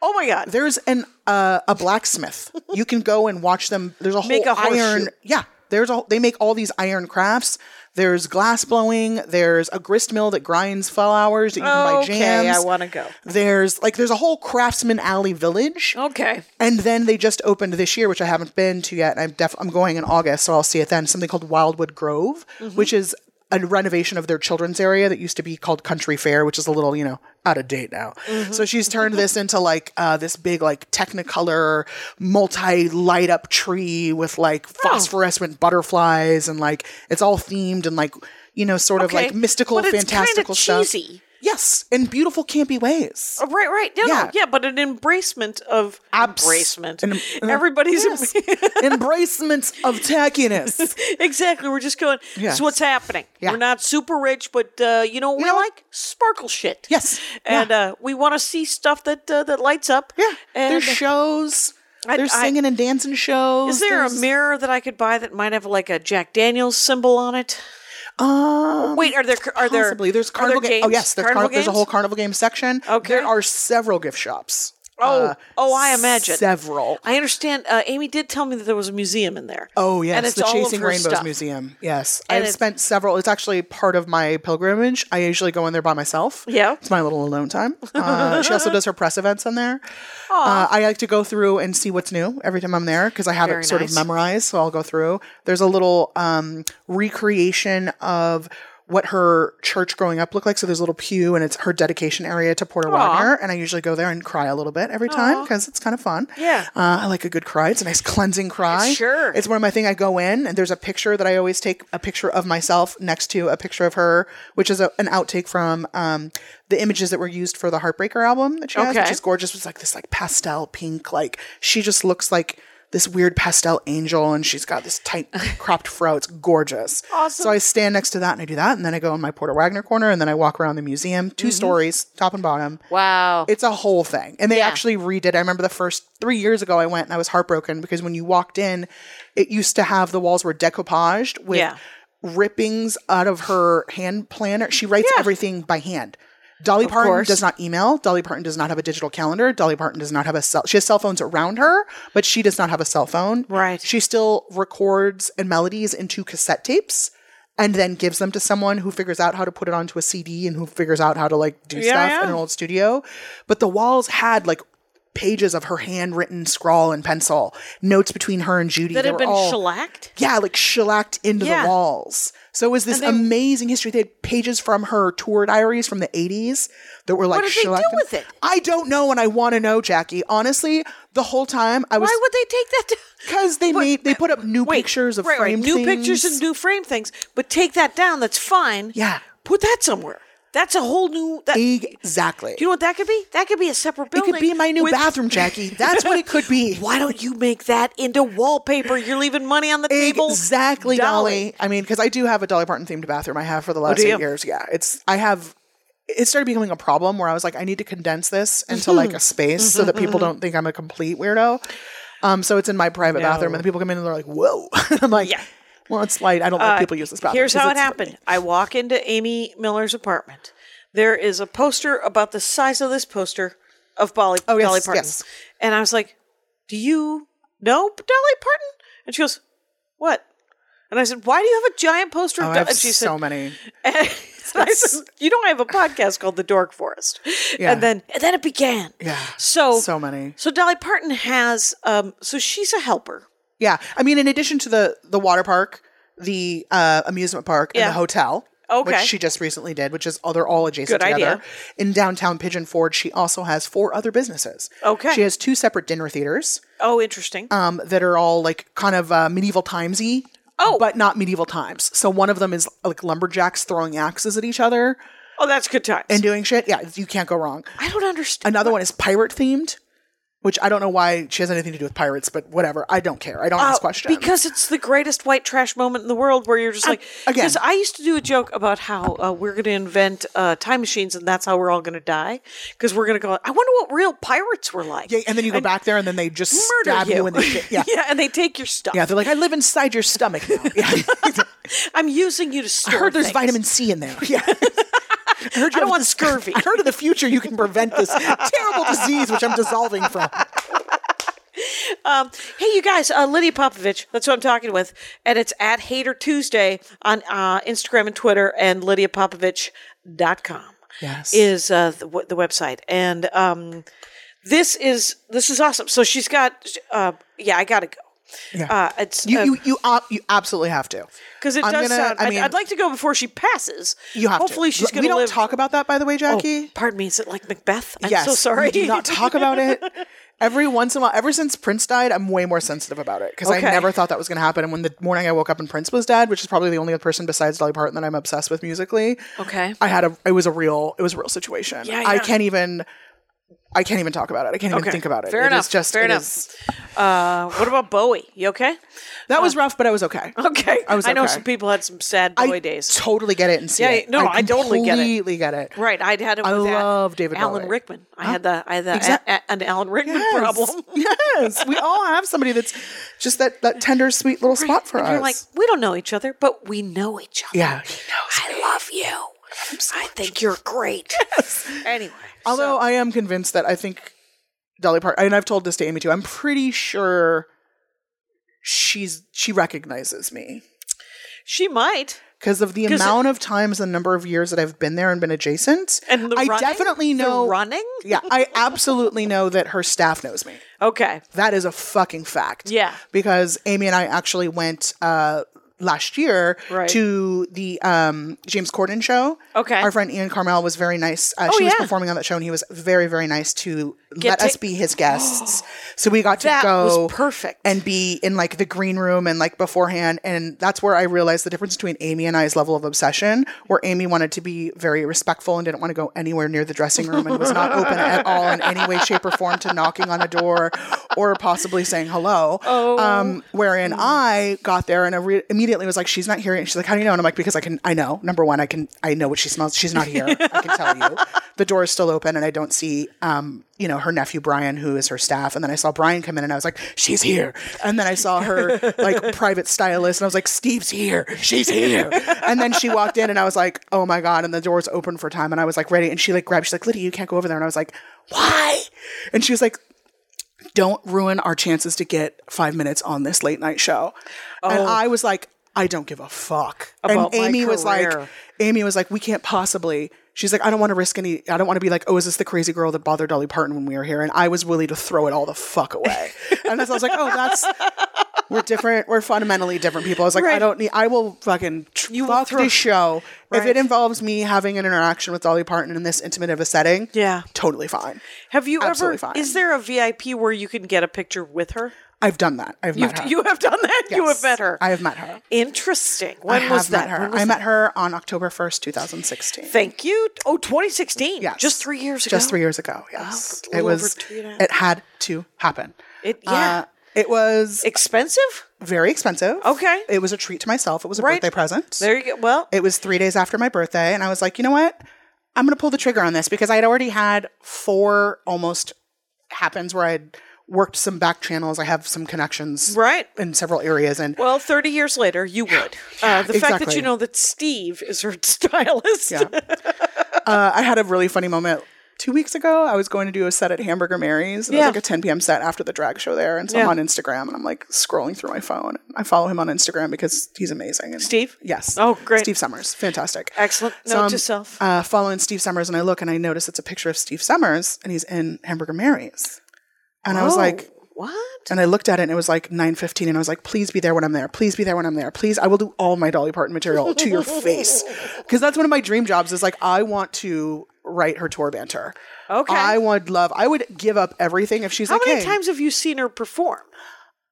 [SPEAKER 1] Oh my god.
[SPEAKER 2] There's an uh, a blacksmith. You can go and watch them. There's a whole
[SPEAKER 1] Make a
[SPEAKER 2] iron.
[SPEAKER 1] horseshoe.
[SPEAKER 2] Yeah, there's a they make all these iron crafts. There's glass blowing. There's a grist mill that grinds flowers that you can buy
[SPEAKER 1] Okay,
[SPEAKER 2] jams.
[SPEAKER 1] I wanna go.
[SPEAKER 2] There's like there's a whole craftsman alley village.
[SPEAKER 1] Okay.
[SPEAKER 2] And then they just opened this year, which I haven't been to yet. And I'm def- I'm going in August, so I'll see it then. Something called Wildwood Grove,
[SPEAKER 1] Mm-hmm.
[SPEAKER 2] which is a renovation of their children's area that used to be called Country Fair, which is a little you know out of date now.
[SPEAKER 1] Mm-hmm.
[SPEAKER 2] So she's turned this into like uh, this big like Technicolor multi light up tree with like
[SPEAKER 1] Oh.
[SPEAKER 2] phosphorescent butterflies and like it's all themed and like you know sort of
[SPEAKER 1] Okay.
[SPEAKER 2] like mystical,
[SPEAKER 1] But it's kinda
[SPEAKER 2] fantastical stuff.
[SPEAKER 1] cheesy.
[SPEAKER 2] Yes, in beautiful campy ways.
[SPEAKER 1] Oh, right, right. No, yeah.
[SPEAKER 2] Yeah.
[SPEAKER 1] No, yeah, but an embracement of
[SPEAKER 2] Abs-
[SPEAKER 1] embracement.
[SPEAKER 2] an- an-
[SPEAKER 1] Everybody's
[SPEAKER 2] Yes. Embracements of tackiness.
[SPEAKER 1] exactly. We're just going. This
[SPEAKER 2] Yes.
[SPEAKER 1] is what's happening.
[SPEAKER 2] Yeah.
[SPEAKER 1] We're not super rich, but uh, you know what we
[SPEAKER 2] know what?
[SPEAKER 1] like sparkle shit.
[SPEAKER 2] Yes.
[SPEAKER 1] and
[SPEAKER 2] Yeah.
[SPEAKER 1] uh, we want to see stuff that uh, that lights up.
[SPEAKER 2] Yeah.
[SPEAKER 1] and
[SPEAKER 2] there's shows.
[SPEAKER 1] I-
[SPEAKER 2] there's
[SPEAKER 1] I-
[SPEAKER 2] singing and dancing shows.
[SPEAKER 1] Is there a
[SPEAKER 2] there's-
[SPEAKER 1] mirror that I could buy that might have like a Jack Daniels symbol on it?
[SPEAKER 2] Um,
[SPEAKER 1] Wait, are there are there
[SPEAKER 2] possibly. There's
[SPEAKER 1] are
[SPEAKER 2] carnival
[SPEAKER 1] there
[SPEAKER 2] games. Oh yes, there's, carnival there's a
[SPEAKER 1] games?
[SPEAKER 2] whole carnival game section.
[SPEAKER 1] Okay.
[SPEAKER 2] There are several gift shops.
[SPEAKER 1] Oh,
[SPEAKER 2] Uh,
[SPEAKER 1] oh, I imagine
[SPEAKER 2] several.
[SPEAKER 1] I understand. Uh, Amy did tell me that there was a museum in there.
[SPEAKER 2] Oh yes,
[SPEAKER 1] and it's
[SPEAKER 2] the
[SPEAKER 1] all of
[SPEAKER 2] Chasing
[SPEAKER 1] her
[SPEAKER 2] Rainbows
[SPEAKER 1] stuff.
[SPEAKER 2] Museum. Yes,
[SPEAKER 1] And
[SPEAKER 2] I've
[SPEAKER 1] it's-
[SPEAKER 2] spent several. It's actually part of my pilgrimage. I usually go in there by myself.
[SPEAKER 1] Yeah.
[SPEAKER 2] it's my little alone time. Uh, she also does her press events in there. Uh, I like to go through and see what's new every time I'm there because I have
[SPEAKER 1] Very
[SPEAKER 2] it sort
[SPEAKER 1] nice.
[SPEAKER 2] of memorized. So I'll go through. There's a little um, recreation of. What her church growing up looked like. So there's a little pew and it's her dedication area to Porter Wagner. And I usually go there and cry a little bit every time because it's kind of fun.
[SPEAKER 1] Yeah.
[SPEAKER 2] Uh, I like a good cry. It's a nice cleansing cry.
[SPEAKER 1] Sure.
[SPEAKER 2] It's one of my thing. I go in and there's a picture that I always take a picture of myself next to a picture of her, which is a, an outtake from um, the images that were used for the Heartbreaker album that she has,
[SPEAKER 1] Okay.
[SPEAKER 2] which is gorgeous. It's like this like pastel pink, like she just looks like this weird pastel angel and she's got this tight cropped fro. It's gorgeous. Awesome. So I stand next to that and I do that. And then I go in my Porter Wagner corner and then I walk around the museum, 2 stories, top and bottom.
[SPEAKER 1] Wow.
[SPEAKER 2] It's a whole thing. And they actually redid. I remember the first three years ago I went and I was heartbroken because when you walked in, it used to have the walls were decoupaged with
[SPEAKER 1] Yeah.
[SPEAKER 2] rippings out of her hand planner. She writes
[SPEAKER 1] Yeah.
[SPEAKER 2] everything by hand. Dolly Parton
[SPEAKER 1] course.
[SPEAKER 2] does not email. Dolly Parton does not have a digital calendar. Dolly Parton does not have a cell. She has cell phones around her, but she does not have a cell phone.
[SPEAKER 1] Right.
[SPEAKER 2] She still records and melodies into cassette tapes and then gives them to someone who figures out how to put it onto a CD and who figures out how to like do
[SPEAKER 1] Yeah,
[SPEAKER 2] stuff
[SPEAKER 1] yeah.
[SPEAKER 2] in an old studio. But the walls had like pages of her handwritten scrawl and pencil, notes between her and Judy
[SPEAKER 1] that
[SPEAKER 2] They
[SPEAKER 1] had
[SPEAKER 2] were
[SPEAKER 1] been
[SPEAKER 2] all-
[SPEAKER 1] shellacked.
[SPEAKER 2] yeah, like shellacked into
[SPEAKER 1] Yeah.
[SPEAKER 2] the walls. So it was this amazing history. They had pages from her tour diaries from the 80s that were like
[SPEAKER 1] did they do
[SPEAKER 2] shellacked.
[SPEAKER 1] with it?
[SPEAKER 2] I don't know, and I want to know, Jackie. Honestly, the whole time I was
[SPEAKER 1] Why would they take that? To-
[SPEAKER 2] because they
[SPEAKER 1] But-
[SPEAKER 2] made they put up new
[SPEAKER 1] Wait,
[SPEAKER 2] pictures of
[SPEAKER 1] right, right,
[SPEAKER 2] framed
[SPEAKER 1] new
[SPEAKER 2] things.
[SPEAKER 1] pictures and new frame things, but take that down. That's fine.
[SPEAKER 2] Yeah.
[SPEAKER 1] Put that somewhere. That's a whole new. That,
[SPEAKER 2] exactly.
[SPEAKER 1] Do you know what that could be? That could be a separate
[SPEAKER 2] it
[SPEAKER 1] building.
[SPEAKER 2] could be my new
[SPEAKER 1] with-
[SPEAKER 2] bathroom, Jackie. That's what it could be.
[SPEAKER 1] Why don't you make that into wallpaper? You're leaving money on the table.
[SPEAKER 2] Exactly, Dolly. I mean, because I do have a Dolly Parton themed bathroom. I have for the
[SPEAKER 1] Oh,
[SPEAKER 2] last
[SPEAKER 1] do
[SPEAKER 2] eight
[SPEAKER 1] you?
[SPEAKER 2] years. Yeah, it's I have. It started becoming a problem where I was like, I need to condense this into
[SPEAKER 1] Mm-hmm.
[SPEAKER 2] like a space so that people don't think I'm a complete weirdo. Um, so it's in my private bathroom, and the people come in and they're like, "Whoa!" I'm like,
[SPEAKER 1] Yeah. Uh,
[SPEAKER 2] Well, it's light. I don't let people use this bathroom.
[SPEAKER 1] Here's
[SPEAKER 2] 'cause
[SPEAKER 1] how it
[SPEAKER 2] it's-
[SPEAKER 1] happened. I walk into Amy Miller's apartment. There is a poster about the size of this poster of Bolly,
[SPEAKER 2] Oh, yes,
[SPEAKER 1] Dolly Parton.
[SPEAKER 2] yes.
[SPEAKER 1] And I was like, Do you know Dolly Parton? And she goes, What? And I said, Why do you have a giant poster
[SPEAKER 2] Oh,
[SPEAKER 1] of
[SPEAKER 2] I
[SPEAKER 1] Dolly?
[SPEAKER 2] have
[SPEAKER 1] And she
[SPEAKER 2] so
[SPEAKER 1] said,
[SPEAKER 2] many.
[SPEAKER 1] And I said, you know, I have a podcast called The Dork Forest.
[SPEAKER 2] Yeah.
[SPEAKER 1] And then and then it began.
[SPEAKER 2] Yeah.
[SPEAKER 1] So
[SPEAKER 2] So many.
[SPEAKER 1] So Dolly Parton has um so she's a helper.
[SPEAKER 2] Yeah, I mean, in addition to the the water park, the uh, amusement park,
[SPEAKER 1] Yeah.
[SPEAKER 2] and the hotel.
[SPEAKER 1] Okay.
[SPEAKER 2] Which she just recently did, which is all they're all adjacent
[SPEAKER 1] Good idea.
[SPEAKER 2] together. In downtown Pigeon Forge, she also has four other businesses.
[SPEAKER 1] Okay.
[SPEAKER 2] She has two separate dinner theaters
[SPEAKER 1] Oh, interesting.
[SPEAKER 2] um, that are all like kind of uh, medieval timesy.
[SPEAKER 1] Oh.
[SPEAKER 2] But not medieval times. So one of them is like lumberjacks throwing axes at each other
[SPEAKER 1] oh, that's good times.
[SPEAKER 2] and doing shit. Yeah, you can't go wrong.
[SPEAKER 1] I don't understand.
[SPEAKER 2] Another one is pirate themed. which I don't know why she has anything to do with pirates, but whatever. I don't care. I don't ask
[SPEAKER 1] Uh,
[SPEAKER 2] questions.
[SPEAKER 1] Because it's the greatest white trash moment in the world where you're just like,
[SPEAKER 2] again.
[SPEAKER 1] Because I used to do a joke about how uh, we're going to invent uh, time machines and that's how we're all going to die. Because we're going to go, I wonder what real pirates were like.
[SPEAKER 2] Yeah, and then you go back there and then they just stab you, in the shit. Yeah. yeah.
[SPEAKER 1] and they take your stuff.
[SPEAKER 2] they're like, I live inside your stomach now. Yeah.
[SPEAKER 1] I'm using you to
[SPEAKER 2] I
[SPEAKER 1] store
[SPEAKER 2] heard there's
[SPEAKER 1] things.
[SPEAKER 2] vitamin C in there. Yeah. I, heard
[SPEAKER 1] I don't
[SPEAKER 2] have
[SPEAKER 1] want
[SPEAKER 2] this-
[SPEAKER 1] scurvy.
[SPEAKER 2] I heard in the future you can prevent this terrible disease which I'm dissolving from.
[SPEAKER 1] Um, hey, you guys, uh, Lydia Popovich, that's what I'm talking with. And it's at Hater Tuesday on uh, Instagram and Twitter and lydiapopovich.com
[SPEAKER 2] Yes.
[SPEAKER 1] is uh, the, w- the website. And um, this is this is awesome. So she's got, uh, yeah, I got to go.
[SPEAKER 2] Yeah.
[SPEAKER 1] Uh, it's
[SPEAKER 2] you, you, you, uh, you absolutely have to.
[SPEAKER 1] because it
[SPEAKER 2] I'm
[SPEAKER 1] does
[SPEAKER 2] gonna-
[SPEAKER 1] sound.
[SPEAKER 2] I
[SPEAKER 1] I
[SPEAKER 2] mean-
[SPEAKER 1] would like to go before she passes.
[SPEAKER 2] You have
[SPEAKER 1] Hopefully
[SPEAKER 2] to.
[SPEAKER 1] she's
[SPEAKER 2] We
[SPEAKER 1] going to
[SPEAKER 2] don't
[SPEAKER 1] live.
[SPEAKER 2] talk about that, by the way,
[SPEAKER 1] Oh,
[SPEAKER 2] Jackie.
[SPEAKER 1] pardon me. Is it like Macbeth? I'm
[SPEAKER 2] yes,
[SPEAKER 1] so sorry.
[SPEAKER 2] We do not talk about it. Every once in a while, ever since Prince died, I'm way more sensitive about it because
[SPEAKER 1] Okay.
[SPEAKER 2] I never thought that was going to happen. And when the morning I woke up and Prince was dead, which is probably the only other person besides Dolly Parton that I'm obsessed with musically,
[SPEAKER 1] Okay.
[SPEAKER 2] I had a it was a real it was a real situation.
[SPEAKER 1] Yeah,
[SPEAKER 2] I
[SPEAKER 1] yeah.
[SPEAKER 2] can't even I can't even talk about it. I can't even
[SPEAKER 1] Okay.
[SPEAKER 2] think about it.
[SPEAKER 1] Fair
[SPEAKER 2] It is
[SPEAKER 1] enough.
[SPEAKER 2] just
[SPEAKER 1] Fair
[SPEAKER 2] it
[SPEAKER 1] enough.
[SPEAKER 2] is-
[SPEAKER 1] Uh, what about Bowie? You okay?
[SPEAKER 2] that was rough, but I was okay.
[SPEAKER 1] Okay.
[SPEAKER 2] I was.
[SPEAKER 1] I know
[SPEAKER 2] okay.
[SPEAKER 1] some people had some sad
[SPEAKER 2] I
[SPEAKER 1] boy days.
[SPEAKER 2] totally get it and see
[SPEAKER 1] Yeah,
[SPEAKER 2] it.
[SPEAKER 1] no, I totally get it.
[SPEAKER 2] Completely get it.
[SPEAKER 1] Right, I'd had it.
[SPEAKER 2] I
[SPEAKER 1] with Al-
[SPEAKER 2] love David
[SPEAKER 1] Alan
[SPEAKER 2] Bowie.
[SPEAKER 1] Rickman. I had the I had the,
[SPEAKER 2] Exact-
[SPEAKER 1] a- a- an Alan Rickman
[SPEAKER 2] Yes.
[SPEAKER 1] problem.
[SPEAKER 2] yes, we all have somebody that's just that that tender, sweet little spot for
[SPEAKER 1] and
[SPEAKER 2] us.
[SPEAKER 1] You're like, we don't know each other, but we know each other.
[SPEAKER 2] yeah.
[SPEAKER 1] I love you. I think you're great. Anyway,
[SPEAKER 2] Although I am convinced that I think Dolly Parton, and I've told this to Amy too. I'm pretty sure she's she recognizes me
[SPEAKER 1] she might.
[SPEAKER 2] because of the
[SPEAKER 1] 'Cause it-
[SPEAKER 2] amount of times, the number of years that I've been there and been adjacent.
[SPEAKER 1] And the
[SPEAKER 2] I
[SPEAKER 1] running?
[SPEAKER 2] definitely
[SPEAKER 1] The
[SPEAKER 2] know
[SPEAKER 1] running?
[SPEAKER 2] Yeah, I absolutely know that her staff knows me.
[SPEAKER 1] Okay.
[SPEAKER 2] That is a fucking fact.
[SPEAKER 1] Yeah.
[SPEAKER 2] Because Amy and I actually went uh, last year
[SPEAKER 1] Right.
[SPEAKER 2] to the um, James Corden show.
[SPEAKER 1] Okay.
[SPEAKER 2] Our friend Ian Carmel was very nice. Uh,
[SPEAKER 1] Oh,
[SPEAKER 2] she was
[SPEAKER 1] yeah.
[SPEAKER 2] performing on that show and he was very, very nice to
[SPEAKER 1] Get
[SPEAKER 2] let
[SPEAKER 1] to-
[SPEAKER 2] us be his guests. so we got to
[SPEAKER 1] That
[SPEAKER 2] go
[SPEAKER 1] was perfect.
[SPEAKER 2] and be in like the green room and like beforehand. And that's where I realized the difference between Amy and I's level of obsession, where Amy wanted to be very respectful and didn't want to go anywhere near the dressing room and was not open at all in any way, shape, or form to knocking on a door or possibly saying hello. Oh. Um, wherein
[SPEAKER 1] Mm.
[SPEAKER 2] I got there and I re- immediately was like, she's not here. And she's like, how do you know? And I'm like, because I can, I know. Number one, I can, I know what she smells. She's not here. I can tell you. The door is still open and I don't see, um, you know, her nephew Brian, who is her staff. And then I saw Brian come in and I was like, she's here. And then I saw her like private stylist and I was like, Steve's here. She's here. And then she walked in and I was like, oh my God. And the door's open for time. And I was like, ready. And she like grabbed, she's like, Lydia, you can't go over there. And I was like, why? And she was like, don't ruin our chances to get five minutes on this late night show. And I was like, I don't give a fuck.
[SPEAKER 1] Oh. About my
[SPEAKER 2] and Amy was like,
[SPEAKER 1] career.
[SPEAKER 2] Amy was like, we can't possibly. She's like, I don't want to risk any. I don't want to be like, oh, is this the crazy girl that bothered Dolly Parton when we were here? And I was willing to throw it all the fuck away. and so I was like, oh, that's we're different. We're fundamentally different people. I was like, I
[SPEAKER 1] Right.
[SPEAKER 2] don't need. I will fucking tr-
[SPEAKER 1] You will
[SPEAKER 2] fuck
[SPEAKER 1] throw-
[SPEAKER 2] this show if
[SPEAKER 1] Right.
[SPEAKER 2] it involves me having an interaction with Dolly Parton in this intimate of a setting.
[SPEAKER 1] Yeah.
[SPEAKER 2] totally fine.
[SPEAKER 1] Have you ever?
[SPEAKER 2] Absolutely fine.
[SPEAKER 1] Is there a VIP where you can get a picture with her?
[SPEAKER 2] I've done that. I've
[SPEAKER 1] You
[SPEAKER 2] met her.
[SPEAKER 1] you have done that. You
[SPEAKER 2] Yes.
[SPEAKER 1] have met her.
[SPEAKER 2] I have met her.
[SPEAKER 1] Interesting. When
[SPEAKER 2] I
[SPEAKER 1] was
[SPEAKER 2] have
[SPEAKER 1] that?
[SPEAKER 2] Met her.
[SPEAKER 1] When was
[SPEAKER 2] I
[SPEAKER 1] that?
[SPEAKER 2] met her on October 1st, 2016.
[SPEAKER 1] Thank you. Oh, 2016.
[SPEAKER 2] Yes.
[SPEAKER 1] Just three years ago.
[SPEAKER 2] Just three years ago. Yes.
[SPEAKER 1] a
[SPEAKER 2] it
[SPEAKER 1] little
[SPEAKER 2] was,
[SPEAKER 1] over two and a half.
[SPEAKER 2] it had to happen. Uh,
[SPEAKER 1] It- yeah.
[SPEAKER 2] it was
[SPEAKER 1] Expensive?
[SPEAKER 2] very expensive.
[SPEAKER 1] Okay.
[SPEAKER 2] It was a treat to myself. It was a
[SPEAKER 1] Right.
[SPEAKER 2] birthday present.
[SPEAKER 1] There you go. Well,
[SPEAKER 2] It was three days after my birthday. And I was like, you know what? I'm going to pull the trigger on this because I had already had four almost happens where I'd worked some back channels. I have some connections
[SPEAKER 1] right.
[SPEAKER 2] in several areas. And
[SPEAKER 1] Well, 30 years later, you would. Uh, the fact that
[SPEAKER 2] exactly.
[SPEAKER 1] you know that Steve is her stylist.
[SPEAKER 2] Yeah. uh, I had a really funny moment two weeks ago. I was going to do a set at Hamburger Mary's. And It
[SPEAKER 1] Yeah.
[SPEAKER 2] was like a 10 p.m. set after the drag show there. And so
[SPEAKER 1] Yeah.
[SPEAKER 2] I'm on Instagram and I'm like scrolling through my phone. I follow him on Instagram because he's amazing. And
[SPEAKER 1] Steve?
[SPEAKER 2] Yes.
[SPEAKER 1] Oh, great.
[SPEAKER 2] Steve Summers. Fantastic.
[SPEAKER 1] Excellent.
[SPEAKER 2] So
[SPEAKER 1] Note
[SPEAKER 2] I'm,
[SPEAKER 1] to self.
[SPEAKER 2] Uh, following Steve Summers and I look and I notice it's a picture of Steve Summers and he's in Hamburger Mary's. And I was
[SPEAKER 1] Oh,
[SPEAKER 2] like,
[SPEAKER 1] what?
[SPEAKER 2] and I looked at it and it was like 9:15 and I was like please be there when I'm there please be there when I'm there please I will do all my Dolly Parton material to your face cuz that's one of my dream jobs is like I want to write her tour banter.
[SPEAKER 1] Okay.
[SPEAKER 2] I would love I would give up everything if she's
[SPEAKER 1] How
[SPEAKER 2] like
[SPEAKER 1] many
[SPEAKER 2] hey,
[SPEAKER 1] times have you seen her perform?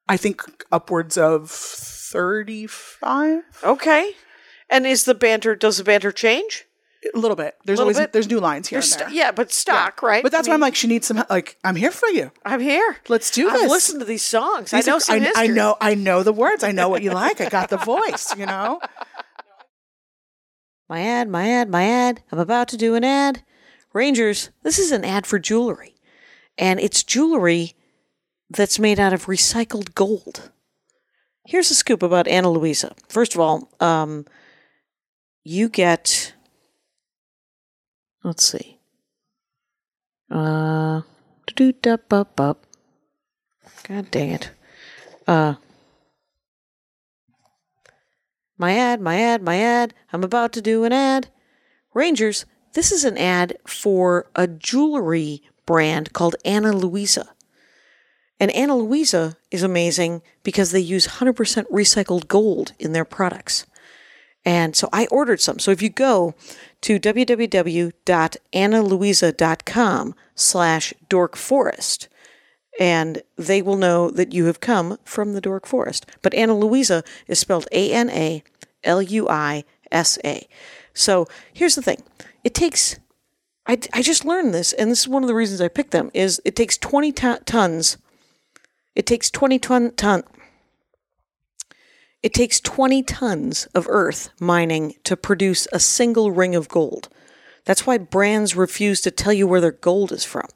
[SPEAKER 2] I think upwards of 35
[SPEAKER 1] Okay. And is the banter, does the banter change?
[SPEAKER 2] A little bit. There's
[SPEAKER 1] Little
[SPEAKER 2] always
[SPEAKER 1] bit?
[SPEAKER 2] there's new lines here.
[SPEAKER 1] There's
[SPEAKER 2] and
[SPEAKER 1] sto-
[SPEAKER 2] there.
[SPEAKER 1] yeah, but stock, right?
[SPEAKER 2] But that's
[SPEAKER 1] I
[SPEAKER 2] why I'm
[SPEAKER 1] mean,
[SPEAKER 2] like, she needs some. he- Like, I'm here for you.
[SPEAKER 1] I'm here.
[SPEAKER 2] Let's do
[SPEAKER 1] I've
[SPEAKER 2] this.
[SPEAKER 1] listened to these songs. I know
[SPEAKER 2] These are-
[SPEAKER 1] some
[SPEAKER 2] I,
[SPEAKER 1] history.
[SPEAKER 2] know. I know the words. I know what you like. I got the voice. You know.
[SPEAKER 1] My ad, my ad, my ad. I'm about to do an ad. Rangers, this is an ad for jewelry. And it's jewelry that's made out of recycled gold. Here's a scoop about Ana Luisa. First of all, um, you get, let's see, uh, doo-doo-dup-bup-bup. God dang it. Uh, my ad, my ad, my ad. I'm about to do an ad. Rangers, this is an ad for a jewelry brand called Ana Luisa. And Ana Luisa is amazing because they use 100% recycled gold in their products. And so I ordered some. So if you go to www.analuisa.com slash dorkforest, and they will know that you have come from the Dork Forest. But Anna Luisa is spelled A N A L U I S A. So here's the thing it takes, I, I just learned this, and this is one of the reasons I picked them, is it takes 20 to- tons. It takes 20 ton, ton. It takes 20 tons of earth mining to produce a single ring of gold. That's why brands refuse to tell you where their gold is from.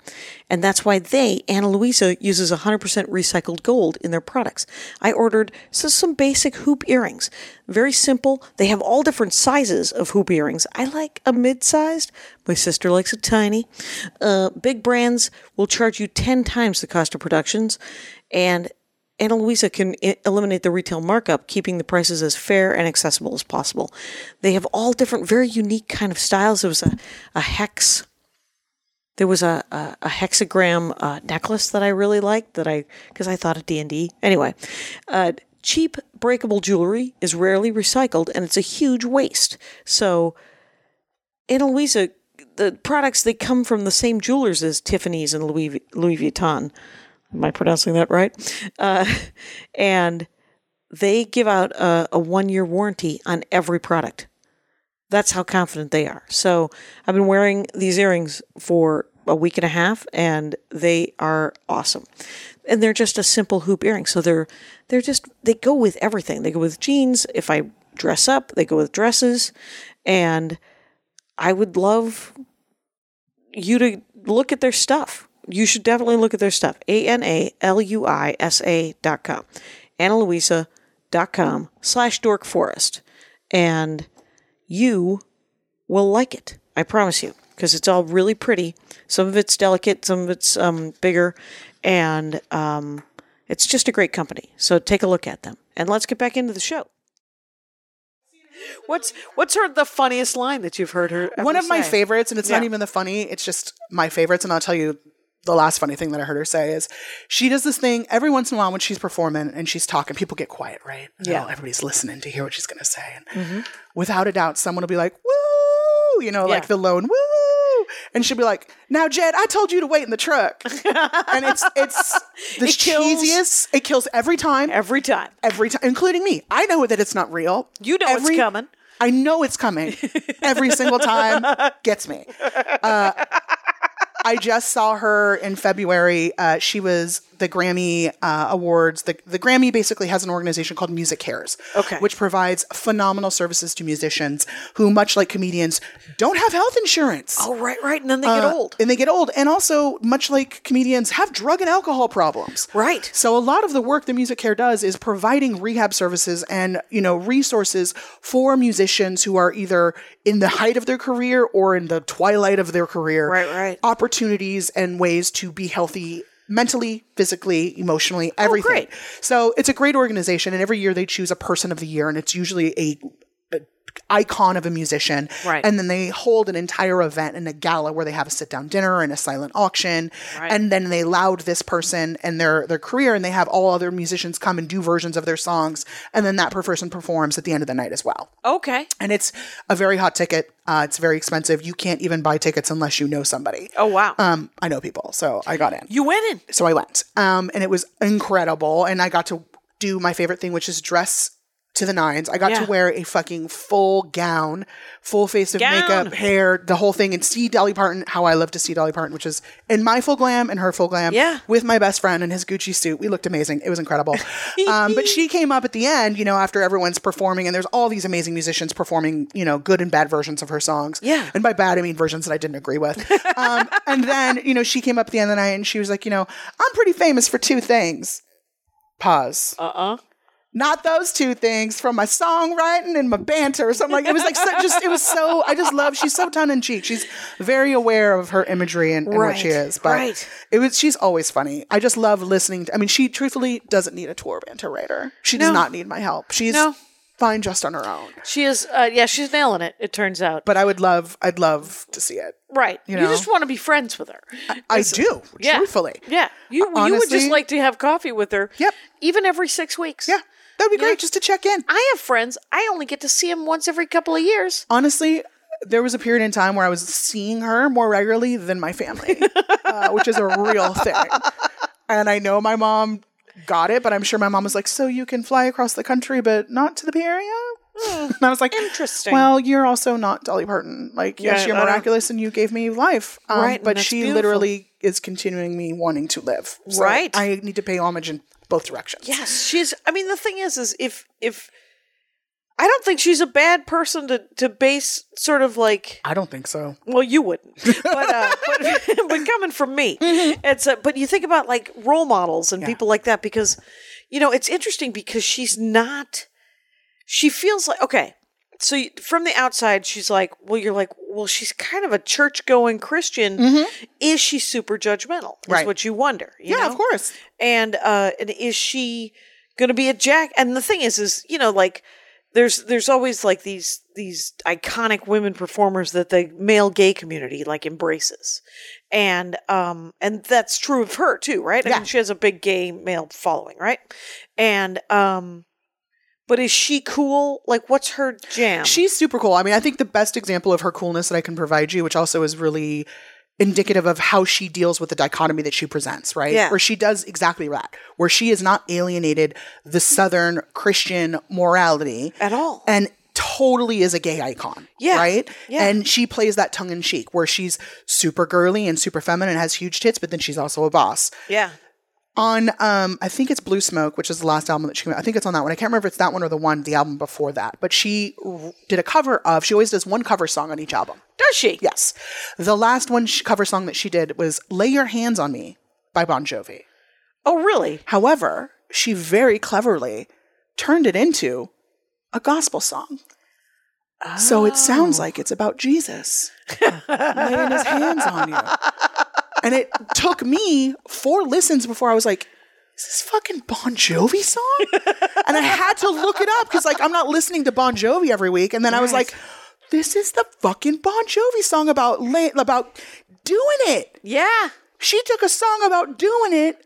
[SPEAKER 1] And that's why they, Ana Luisa, uses 100% recycled gold in their products. I ordered so some basic hoop earrings. Very simple. They have all different sizes of hoop earrings. I like a mid-sized. My sister likes a tiny. Uh, big brands will charge you 10 times the cost of productions. And Ana Luisa can i- eliminate the retail markup, keeping the prices as fair and accessible as possible. They have all different, very unique kind of styles. There was a, a hex, there was a, a, a hexagram uh, necklace that I really liked that I because I thought of D and D. Anyway, uh, cheap breakable jewelry is rarely recycled, and it's a huge waste. So Ana Luisa, the products they come from the same jewelers as Tiffany's and Louis Vu- Louis Vuitton. Am I pronouncing that right? Uh, and they give out a, a one year warranty on every product. That's how confident they are. So I've been wearing these earrings for a week and a half, and they are awesome. And they're just a simple hoop earring. So they're they're just they go with everything. They go with jeans. If I dress up, they go with dresses. And I would love you to look at their stuff. You should definitely look at their stuff. A N A L U I S A dot com. AnnaLuisa dot com slash dork forest. And you will like it. I promise you. Because it's all really pretty. Some of it's delicate, some of it's um, bigger. And um, it's just a great company. So take a look at them. And let's get back into the show. What's what's her the funniest line that you've heard her? ever
[SPEAKER 2] One of my
[SPEAKER 1] say?
[SPEAKER 2] favorites, and it's not
[SPEAKER 1] Yeah.
[SPEAKER 2] even the funny. It's just my favorites, and I'll tell you the last funny thing that I heard her say is she does this thing every once in a while when she's performing and she's talking. People get quiet, right? And
[SPEAKER 1] Yeah. Mm-hmm.
[SPEAKER 2] all- everybody's listening to hear what she's going to say. And without a doubt, someone will be like, "Woo!" You know,
[SPEAKER 1] Yeah.
[SPEAKER 2] like the lone "woo," and she'll be like, "Now, Jed, I told you to wait in the truck." and it's it's the
[SPEAKER 1] It kills-
[SPEAKER 2] cheesiest. It kills every time.
[SPEAKER 1] Every time.
[SPEAKER 2] every time, including me. I know that it's not real.
[SPEAKER 1] You know it's
[SPEAKER 2] Every-
[SPEAKER 1] coming.
[SPEAKER 2] I know it's coming. Every single time gets me. Uh, I just saw her in February. Uh, she was the Grammy uh, Awards. The, the Grammy basically has an organization called Music Cares,
[SPEAKER 1] Okay.
[SPEAKER 2] which provides phenomenal services to musicians who, much like comedians, don't have health insurance.
[SPEAKER 1] Oh, right, right. And then they get
[SPEAKER 2] Uh,
[SPEAKER 1] old.
[SPEAKER 2] And they get old. And also, much like comedians, have drug and alcohol problems.
[SPEAKER 1] Right.
[SPEAKER 2] So a lot of the work that Music Care does is providing rehab services and, you know, resources for musicians who are either in the height of their career or in the twilight of their career.
[SPEAKER 1] Right, right.
[SPEAKER 2] Opportunities and ways to be healthy mentally, physically, emotionally, everything.
[SPEAKER 1] Oh, great.
[SPEAKER 2] So it's a great organization and every year they choose a person of the year and it's usually a icon of a musician.
[SPEAKER 1] Right.
[SPEAKER 2] And then they hold an entire event and a gala where they have a sit down dinner and a silent auction. And then they laud this person and their their career and they have all other musicians come and do versions of their songs. And then that per- person performs at the end of the night as well.
[SPEAKER 1] Okay.
[SPEAKER 2] And it's a very hot ticket. Uh, it's very expensive. You can't even buy tickets unless you know somebody.
[SPEAKER 1] Oh, wow.
[SPEAKER 2] Um, I know people, so I got in
[SPEAKER 1] you went in.
[SPEAKER 2] so I went. Um, and it was incredible. And I got to do my favorite thing, which is dress to the nines. I got
[SPEAKER 1] Yeah.
[SPEAKER 2] to wear a fucking full gown, full face of
[SPEAKER 1] Gown.
[SPEAKER 2] makeup, hair, the whole thing, and see Dolly Parton how I love to see Dolly Parton, which is in my full glam and her full glam.
[SPEAKER 1] Yeah.
[SPEAKER 2] With my best friend in his Gucci suit. We looked amazing. It was incredible. um, but she came up at the end, you know, after everyone's performing, and there's all these amazing musicians performing, you know, good and bad versions of her songs.
[SPEAKER 1] Yeah.
[SPEAKER 2] And by bad, I mean versions that I didn't agree with. Um, and then, you know, she came up at the end of the night and she was like, you know, I'm pretty famous for two things. Pause
[SPEAKER 1] Uh-uh.
[SPEAKER 2] not those two things from my songwriting and my banter. So I'm like, it was like, so, just, it was so, I just love, she's so tongue in cheek. She's very aware of her imagery and, and what she
[SPEAKER 1] Right,
[SPEAKER 2] is. But
[SPEAKER 1] right.
[SPEAKER 2] it was, she's always funny. I just love listening. To, I mean, she truthfully doesn't need a tour banter writer. She does
[SPEAKER 1] No.
[SPEAKER 2] not need my help. She's
[SPEAKER 1] No.
[SPEAKER 2] fine just on her own.
[SPEAKER 1] She is uh, yeah, she's nailing it, it turns out.
[SPEAKER 2] But I would love, I'd love to see it.
[SPEAKER 1] right. You, Uh,
[SPEAKER 2] know?
[SPEAKER 1] just want to be friends with her.
[SPEAKER 2] I do,
[SPEAKER 1] Yeah.
[SPEAKER 2] truthfully.
[SPEAKER 1] Yeah. You you would just
[SPEAKER 2] Honestly-
[SPEAKER 1] like to have coffee with her.
[SPEAKER 2] Yep.
[SPEAKER 1] Even every 6 weeks.
[SPEAKER 2] Yeah. That'd be great just to check in.
[SPEAKER 1] I have friends. I only get to see them once every couple of years.
[SPEAKER 2] honestly, there was a period in time where I was seeing her more regularly than my family, uh, which is a real thing. And I know my mom got it, but I'm sure my mom was like, "So you can fly across the country, but not to the Bay Area." and I was like,
[SPEAKER 1] Hmm. Interesting.
[SPEAKER 2] Well, you're also not Dolly Parton. Like, yes,
[SPEAKER 1] Right,
[SPEAKER 2] you're
[SPEAKER 1] I don't-
[SPEAKER 2] miraculous, and you gave me life. Um,
[SPEAKER 1] Right, and
[SPEAKER 2] but
[SPEAKER 1] that's
[SPEAKER 2] she
[SPEAKER 1] beautiful.
[SPEAKER 2] literally is continuing me wanting to live. So
[SPEAKER 1] Right.
[SPEAKER 2] I need to pay homage in both directions.
[SPEAKER 1] Yes, she's. I mean, the thing is, is if if I don't think she's a bad person to to base sort of like.
[SPEAKER 2] I don't think so.
[SPEAKER 1] Well, you wouldn't, but uh, but, but coming from me,
[SPEAKER 2] Mm-hmm.
[SPEAKER 1] it's. A, but you think about like role models and people like that because, you know, it's interesting because she's not. She feels like okay. So you- from the outside, she's like, well, you're like, well, she's kind of a church going Christian. Is she super judgmental? Is
[SPEAKER 2] Mm-hmm. Right.
[SPEAKER 1] what you wonder. you
[SPEAKER 2] yeah,
[SPEAKER 1] know?
[SPEAKER 2] of course.
[SPEAKER 1] and uh and is she gonna be a jack and the thing is is you know like there's there's always like these these iconic women performers that the male gay community like embraces and um and that's true of her too right i
[SPEAKER 2] Yeah.
[SPEAKER 1] mean she has a big gay male following right and um but is she cool like what's her jam
[SPEAKER 2] She's super cool. I mean, I think the best example of her coolness that I can provide you, which also is really indicative of how she deals with the dichotomy that she presents, right?
[SPEAKER 1] Yeah.
[SPEAKER 2] Where she does exactly that, where she is not alienated the Southern Christian morality
[SPEAKER 1] at all
[SPEAKER 2] and totally is a gay icon.
[SPEAKER 1] Yeah.
[SPEAKER 2] Right?
[SPEAKER 1] Yeah.
[SPEAKER 2] And she plays that tongue in cheek where she's super girly and super feminine, has huge tits, but then she's also a boss
[SPEAKER 1] yeah
[SPEAKER 2] on um I think it's Blue Smoke, which is the last album that she came out. I think it's on that one. I can't remember if it's that one or the one the album before that. But she r- did a cover of. She always does one cover song on each album.
[SPEAKER 1] does she
[SPEAKER 2] Yes, the last one sh cover song that she did was "Lay Your Hands on Me" by Bon Jovi.
[SPEAKER 1] oh really
[SPEAKER 2] However, she very cleverly turned it into a gospel song. So it sounds like it's about Jesus laying his hands on you. And it took me four listens before I was like, is this fucking Bon Jovi song? and I had to look it up because, like, I'm not listening to Bon Jovi every week. And then I was like, this is the fucking Bon Jovi song about la- about doing it.
[SPEAKER 1] yeah
[SPEAKER 2] She took a song about doing it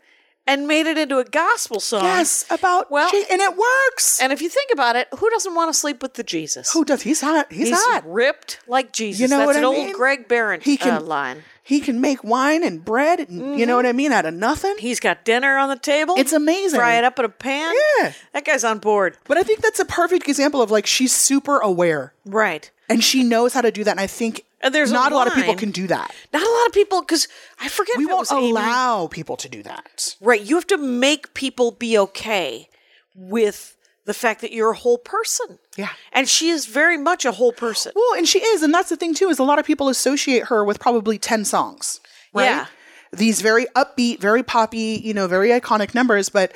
[SPEAKER 1] and made it into a gospel song
[SPEAKER 2] Yes, about
[SPEAKER 1] Well-
[SPEAKER 2] well, and it works.
[SPEAKER 1] And if you think about it, who doesn't want to sleep with the Jesus?
[SPEAKER 2] Who does? He's hot. He's,
[SPEAKER 1] He's
[SPEAKER 2] hot.
[SPEAKER 1] ripped like Jesus.
[SPEAKER 2] You know
[SPEAKER 1] That's
[SPEAKER 2] what
[SPEAKER 1] an
[SPEAKER 2] I
[SPEAKER 1] old
[SPEAKER 2] mean?
[SPEAKER 1] Greg Barron
[SPEAKER 2] He can-
[SPEAKER 1] uh, line. Mm-hmm.
[SPEAKER 2] He can make wine and bread, and you know what I mean, out of nothing.
[SPEAKER 1] He's got dinner on the table.
[SPEAKER 2] It's amazing.
[SPEAKER 1] Fry it up in a pan.
[SPEAKER 2] Yeah.
[SPEAKER 1] That guy's on board.
[SPEAKER 2] But I think that's a perfect example of like she's super aware
[SPEAKER 1] Right.
[SPEAKER 2] and she knows how to do that. And I think
[SPEAKER 1] And there's a
[SPEAKER 2] not a, lot of people
[SPEAKER 1] line.
[SPEAKER 2] can do that.
[SPEAKER 1] Not a lot of people, because I forget
[SPEAKER 2] We
[SPEAKER 1] if it
[SPEAKER 2] won't
[SPEAKER 1] was Amy-
[SPEAKER 2] allow people to do that.
[SPEAKER 1] Right. You have to make people be okay with the fact that you're a whole person.
[SPEAKER 2] Yeah.
[SPEAKER 1] And she is very much a whole person.
[SPEAKER 2] Well, and she is, and that's the thing too is a lot of people associate her with probably ten songs, right?
[SPEAKER 1] Yeah.
[SPEAKER 2] These very upbeat, very poppy, you know, very iconic numbers, but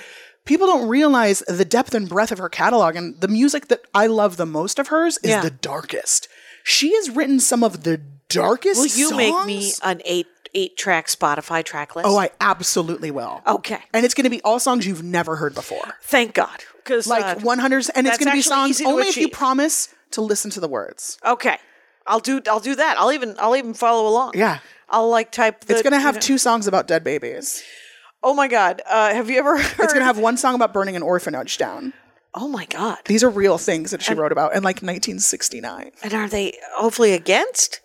[SPEAKER 2] people don't realize the depth and breadth of her catalog. And the music that I love the most of hers is
[SPEAKER 1] Yeah.
[SPEAKER 2] the darkest. She has written some of the darkest.
[SPEAKER 1] Will you make me
[SPEAKER 2] songs.
[SPEAKER 1] an eight eight track Spotify track list?
[SPEAKER 2] Oh, I absolutely will.
[SPEAKER 1] Okay.
[SPEAKER 2] And it's going to be all songs you've never heard before,
[SPEAKER 1] Thank God. Because
[SPEAKER 2] like 100, and it's
[SPEAKER 1] uh, that's
[SPEAKER 2] going to be
[SPEAKER 1] actually
[SPEAKER 2] songs
[SPEAKER 1] easy to
[SPEAKER 2] only if you
[SPEAKER 1] achieve.
[SPEAKER 2] promise to listen to the words.
[SPEAKER 1] Okay. I'll do I'll do that. I'll even I'll even follow along.
[SPEAKER 2] Yeah.
[SPEAKER 1] I'll like type the
[SPEAKER 2] It's going to have
[SPEAKER 1] you know-
[SPEAKER 2] two songs about dead babies.
[SPEAKER 1] Oh my god. Uh have you ever heard
[SPEAKER 2] It's gonna have one song about burning an orphanage down.
[SPEAKER 1] Oh my god.
[SPEAKER 2] These are real things that she wrote about in like 1969.
[SPEAKER 1] And are they hopefully against?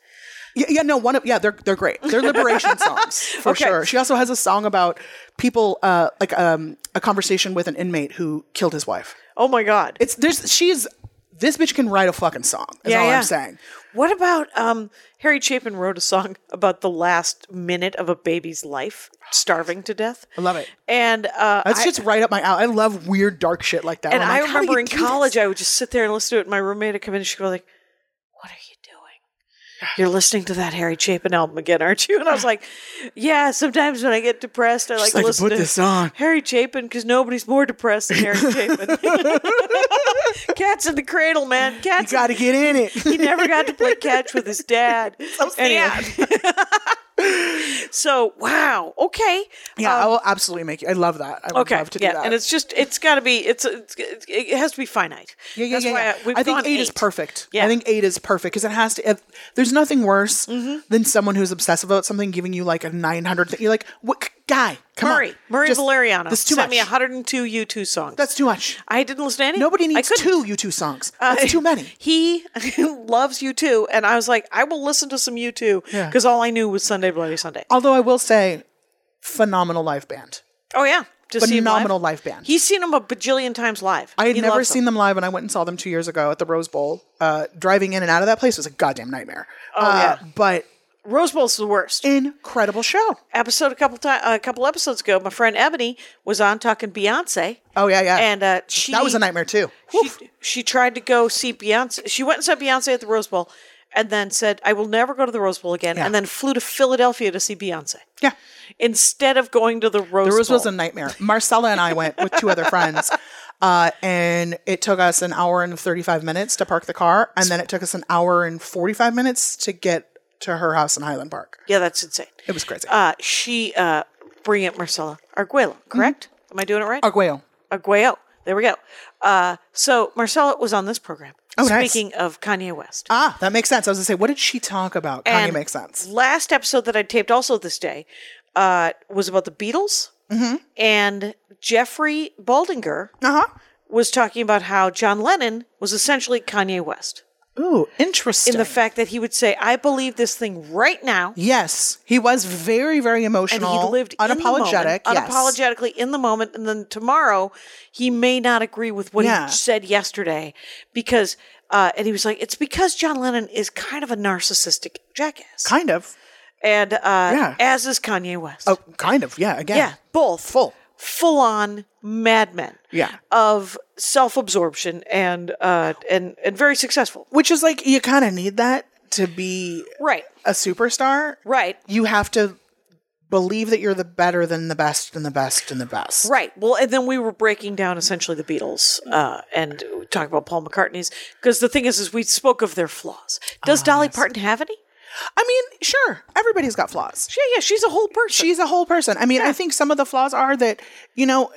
[SPEAKER 2] Yeah, yeah, no, one of yeah, they're they're great. They're liberation songs for
[SPEAKER 1] Okay.
[SPEAKER 2] sure. She also has a song about people uh like um a conversation with an inmate who killed his wife.
[SPEAKER 1] Oh my god.
[SPEAKER 2] It's there's she's this bitch can write a fucking song. Is all I'm saying.
[SPEAKER 1] What about um, Harry Chapin wrote a song about the last minute of a baby's life, starving to death? I
[SPEAKER 2] love it.
[SPEAKER 1] And uh,
[SPEAKER 2] That's
[SPEAKER 1] I-
[SPEAKER 2] just right up my alley. I love weird dark shit like that.
[SPEAKER 1] and
[SPEAKER 2] I'm
[SPEAKER 1] I
[SPEAKER 2] like, how do
[SPEAKER 1] remember
[SPEAKER 2] you
[SPEAKER 1] in
[SPEAKER 2] do this?
[SPEAKER 1] college, I would just sit there and listen to it. And my roommate would come in and she'd go like, "What are you doing? You're listening to that Harry Chapin album again, aren't you?" And I was like, "Yeah. Sometimes when I get depressed, I like,
[SPEAKER 2] like,
[SPEAKER 1] listen
[SPEAKER 2] "Put this on."
[SPEAKER 1] Harry Chapin because nobody's more depressed than Harry Chapin. Cats in the cradle, man. Cats. in
[SPEAKER 2] Gotta get in it.
[SPEAKER 1] he never got to play catch with his dad. Anyway. so wow, okay,
[SPEAKER 2] yeah,
[SPEAKER 1] Um,
[SPEAKER 2] I will absolutely make you. I love that. I would
[SPEAKER 1] okay,
[SPEAKER 2] love to do
[SPEAKER 1] yeah,
[SPEAKER 2] that.
[SPEAKER 1] and it's just it's got to be it's, it's it has to be finite.
[SPEAKER 2] Yeah, yeah,
[SPEAKER 1] That's
[SPEAKER 2] yeah.
[SPEAKER 1] why
[SPEAKER 2] yeah.
[SPEAKER 1] I, we've
[SPEAKER 2] I think
[SPEAKER 1] gone
[SPEAKER 2] eight, is perfect.
[SPEAKER 1] Yeah.
[SPEAKER 2] I think eight is perfect because it has to. If, there's nothing worse
[SPEAKER 1] Mm-hmm.
[SPEAKER 2] than someone who's obsessive about something giving you like a 900. Th- you're like, what guy? Come
[SPEAKER 1] Murray,
[SPEAKER 2] on.
[SPEAKER 1] Murray
[SPEAKER 2] Just-
[SPEAKER 1] Valeriano
[SPEAKER 2] That's too
[SPEAKER 1] sent me
[SPEAKER 2] much.
[SPEAKER 1] 102 U2 songs.
[SPEAKER 2] that's too much.
[SPEAKER 1] I didn't listen to any.
[SPEAKER 2] Nobody
[SPEAKER 1] I
[SPEAKER 2] needs
[SPEAKER 1] couldn't. Uh,
[SPEAKER 2] two U2 songs. That's too many.
[SPEAKER 1] He loves U2, and I was like, I will listen to some U2
[SPEAKER 2] Yeah.
[SPEAKER 1] because all I knew was Sunday Bloody Sunday.
[SPEAKER 2] Although I will say, phenomenal live band.
[SPEAKER 1] Oh yeah, just see him
[SPEAKER 2] Phenomenal
[SPEAKER 1] live.
[SPEAKER 2] live band.
[SPEAKER 1] He's seen them a bajillion times live.
[SPEAKER 2] I had
[SPEAKER 1] He
[SPEAKER 2] never
[SPEAKER 1] loves
[SPEAKER 2] seen them. live, and I went and saw them two years ago at the Rose Bowl. Uh, driving in and out of that place was a goddamn nightmare. Oh,
[SPEAKER 1] yeah.
[SPEAKER 2] But
[SPEAKER 1] Rose Bowl's the worst.
[SPEAKER 2] incredible show.
[SPEAKER 1] episode a couple time a couple episodes ago, my friend Ebony was on talking Beyonce,
[SPEAKER 2] Oh, yeah, yeah.
[SPEAKER 1] and uh, she
[SPEAKER 2] that was a nightmare, too.
[SPEAKER 1] She, she tried to go see Beyonce. She went and saw Beyonce at the Rose Bowl, and then said, "I will never go to the Rose Bowl again,"
[SPEAKER 2] Yeah.
[SPEAKER 1] and then flew to Philadelphia to see Beyonce
[SPEAKER 2] Yeah.
[SPEAKER 1] instead of going to the Rose.
[SPEAKER 2] The Rose
[SPEAKER 1] Bowl.
[SPEAKER 2] was a nightmare. Marcella and I went with two other friends, uh, and it took us an hour and 35 minutes to park the car, and then it took us an hour and 45 minutes to get to her house in Highland Park.
[SPEAKER 1] yeah, that's insane.
[SPEAKER 2] It was crazy.
[SPEAKER 1] Uh, she uh, bring it Marcella Arguello,
[SPEAKER 2] Mm-hmm.
[SPEAKER 1] correct? Am I doing it right?
[SPEAKER 2] Arguello.
[SPEAKER 1] Arguello. There we go. Uh, so Marcella was on this program.
[SPEAKER 2] Oh, nice.
[SPEAKER 1] speaking of Kanye West.
[SPEAKER 2] Ah, that makes sense. I was going to say, what did she talk about? Kanye
[SPEAKER 1] And
[SPEAKER 2] makes sense.
[SPEAKER 1] Last episode that I taped also this day uh, was about the Beatles.
[SPEAKER 2] Mm-hmm.
[SPEAKER 1] And Jeffrey Baldinger
[SPEAKER 2] Uh
[SPEAKER 1] was talking about how John Lennon was essentially Kanye West.
[SPEAKER 2] huh. Ooh, interesting.
[SPEAKER 1] In the fact that he would say, I believe this thing right now.
[SPEAKER 2] yes, he was very, very
[SPEAKER 1] And
[SPEAKER 2] emotional.
[SPEAKER 1] he lived in the moment,
[SPEAKER 2] unapologetic. yes.
[SPEAKER 1] unapologetically in the moment, and then tomorrow he may not agree with what
[SPEAKER 2] Yeah.
[SPEAKER 1] he said yesterday because, uh, and he was like, it's because John Lennon is kind of a narcissistic jackass,
[SPEAKER 2] Kind of.
[SPEAKER 1] and uh,
[SPEAKER 2] Yeah.
[SPEAKER 1] as is Kanye West.
[SPEAKER 2] Oh, kind of. Yeah. Again.
[SPEAKER 1] Yeah, both
[SPEAKER 2] Full.
[SPEAKER 1] full on madmen.
[SPEAKER 2] Yeah.
[SPEAKER 1] of self absorption and uh and and very successful.
[SPEAKER 2] Which is like you kind of need that to be
[SPEAKER 1] Right,
[SPEAKER 2] a superstar.
[SPEAKER 1] right,
[SPEAKER 2] you have to believe that you're the better than the best and the best and the best.
[SPEAKER 1] right. Well, and then we were breaking down essentially the Beatles uh and talking about Paul McCartney's because the thing is, is we spoke of their flaws.
[SPEAKER 2] Ah,
[SPEAKER 1] Does Dolly Parton have any?
[SPEAKER 2] I mean, sure, everybody's got flaws.
[SPEAKER 1] Yeah, yeah, she's a whole person.
[SPEAKER 2] She's a whole person. I mean, I think some of the flaws are that, you know,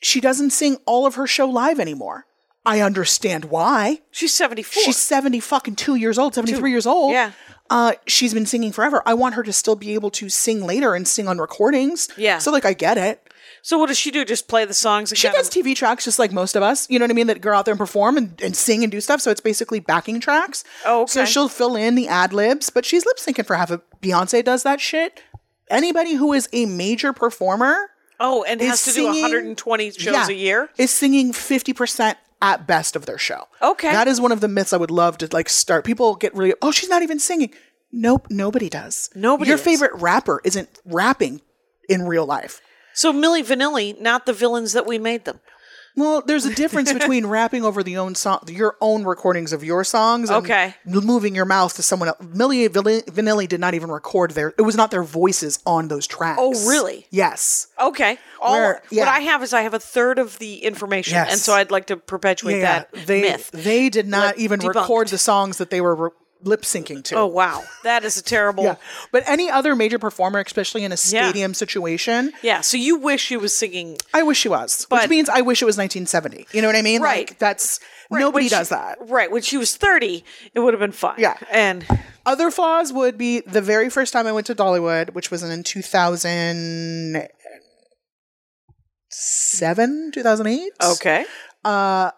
[SPEAKER 2] she doesn't sing all of her show live anymore. I understand why.
[SPEAKER 1] she's seventy four.
[SPEAKER 2] She's 70 fucking 2 years old, 73 years old.
[SPEAKER 1] Yeah.
[SPEAKER 2] Uh, she's been singing forever. I want her to still be able to sing later and sing on recordings.
[SPEAKER 1] Yeah.
[SPEAKER 2] So like I get it.
[SPEAKER 1] so what does she do? Just play the songs? And
[SPEAKER 2] She
[SPEAKER 1] kinda-
[SPEAKER 2] does TV tracks just like most of us, you know what I mean, that go out there and perform and, and sing and do stuff. So it's basically backing tracks.
[SPEAKER 1] Oh, okay.
[SPEAKER 2] So she'll fill in the ad libs, but she's lip syncing for half of Beyonce does that shit. Anybody who is a major performer
[SPEAKER 1] oh, and has to
[SPEAKER 2] is
[SPEAKER 1] do one
[SPEAKER 2] singing-
[SPEAKER 1] hundred and twenty shows
[SPEAKER 2] yeah,
[SPEAKER 1] a year.
[SPEAKER 2] is singing 50% at best of their show.
[SPEAKER 1] Okay.
[SPEAKER 2] That is one of the myths I would love to like start. People get really, oh, she's not even singing. Nope, nobody does.
[SPEAKER 1] Nobody
[SPEAKER 2] Your
[SPEAKER 1] is.
[SPEAKER 2] favorite rapper isn't rapping in real life.
[SPEAKER 1] So Millie Vanilli, not the villains that we made them.
[SPEAKER 2] Well, there's a difference between rapping over the own song, your own recordings of your songs, and
[SPEAKER 1] Okay.
[SPEAKER 2] moving your mouth to someone else. Millie Vanilli Vanilli did not even record their; it was not their voices on those tracks.
[SPEAKER 1] Oh, really?
[SPEAKER 2] Yes.
[SPEAKER 1] Okay. All
[SPEAKER 2] Where- yeah.
[SPEAKER 1] what I have is I have a third of the information,
[SPEAKER 2] Yes.
[SPEAKER 1] and so I'd like to perpetuate that
[SPEAKER 2] They
[SPEAKER 1] myth.
[SPEAKER 2] they did not
[SPEAKER 1] Like,
[SPEAKER 2] even
[SPEAKER 1] debunked.
[SPEAKER 2] record the songs that they were re- lip syncing to.
[SPEAKER 1] oh wow, that is a terrible.
[SPEAKER 2] Yeah.
[SPEAKER 1] yeah.
[SPEAKER 2] But any other major performer, especially in a stadium situation,
[SPEAKER 1] So you wish you was singing,
[SPEAKER 2] I wish she was.
[SPEAKER 1] But-
[SPEAKER 2] which means I wish it was 1970. You know what I mean?
[SPEAKER 1] Right.
[SPEAKER 2] Like that's
[SPEAKER 1] Right,
[SPEAKER 2] nobody
[SPEAKER 1] when she-
[SPEAKER 2] does that.
[SPEAKER 1] right? When she was thirty, it would have been fine.
[SPEAKER 2] Yeah.
[SPEAKER 1] And
[SPEAKER 2] Other flaws would be the very first time I went to Dollywood, which was in 2007, 2008.
[SPEAKER 1] okay.
[SPEAKER 2] Uh,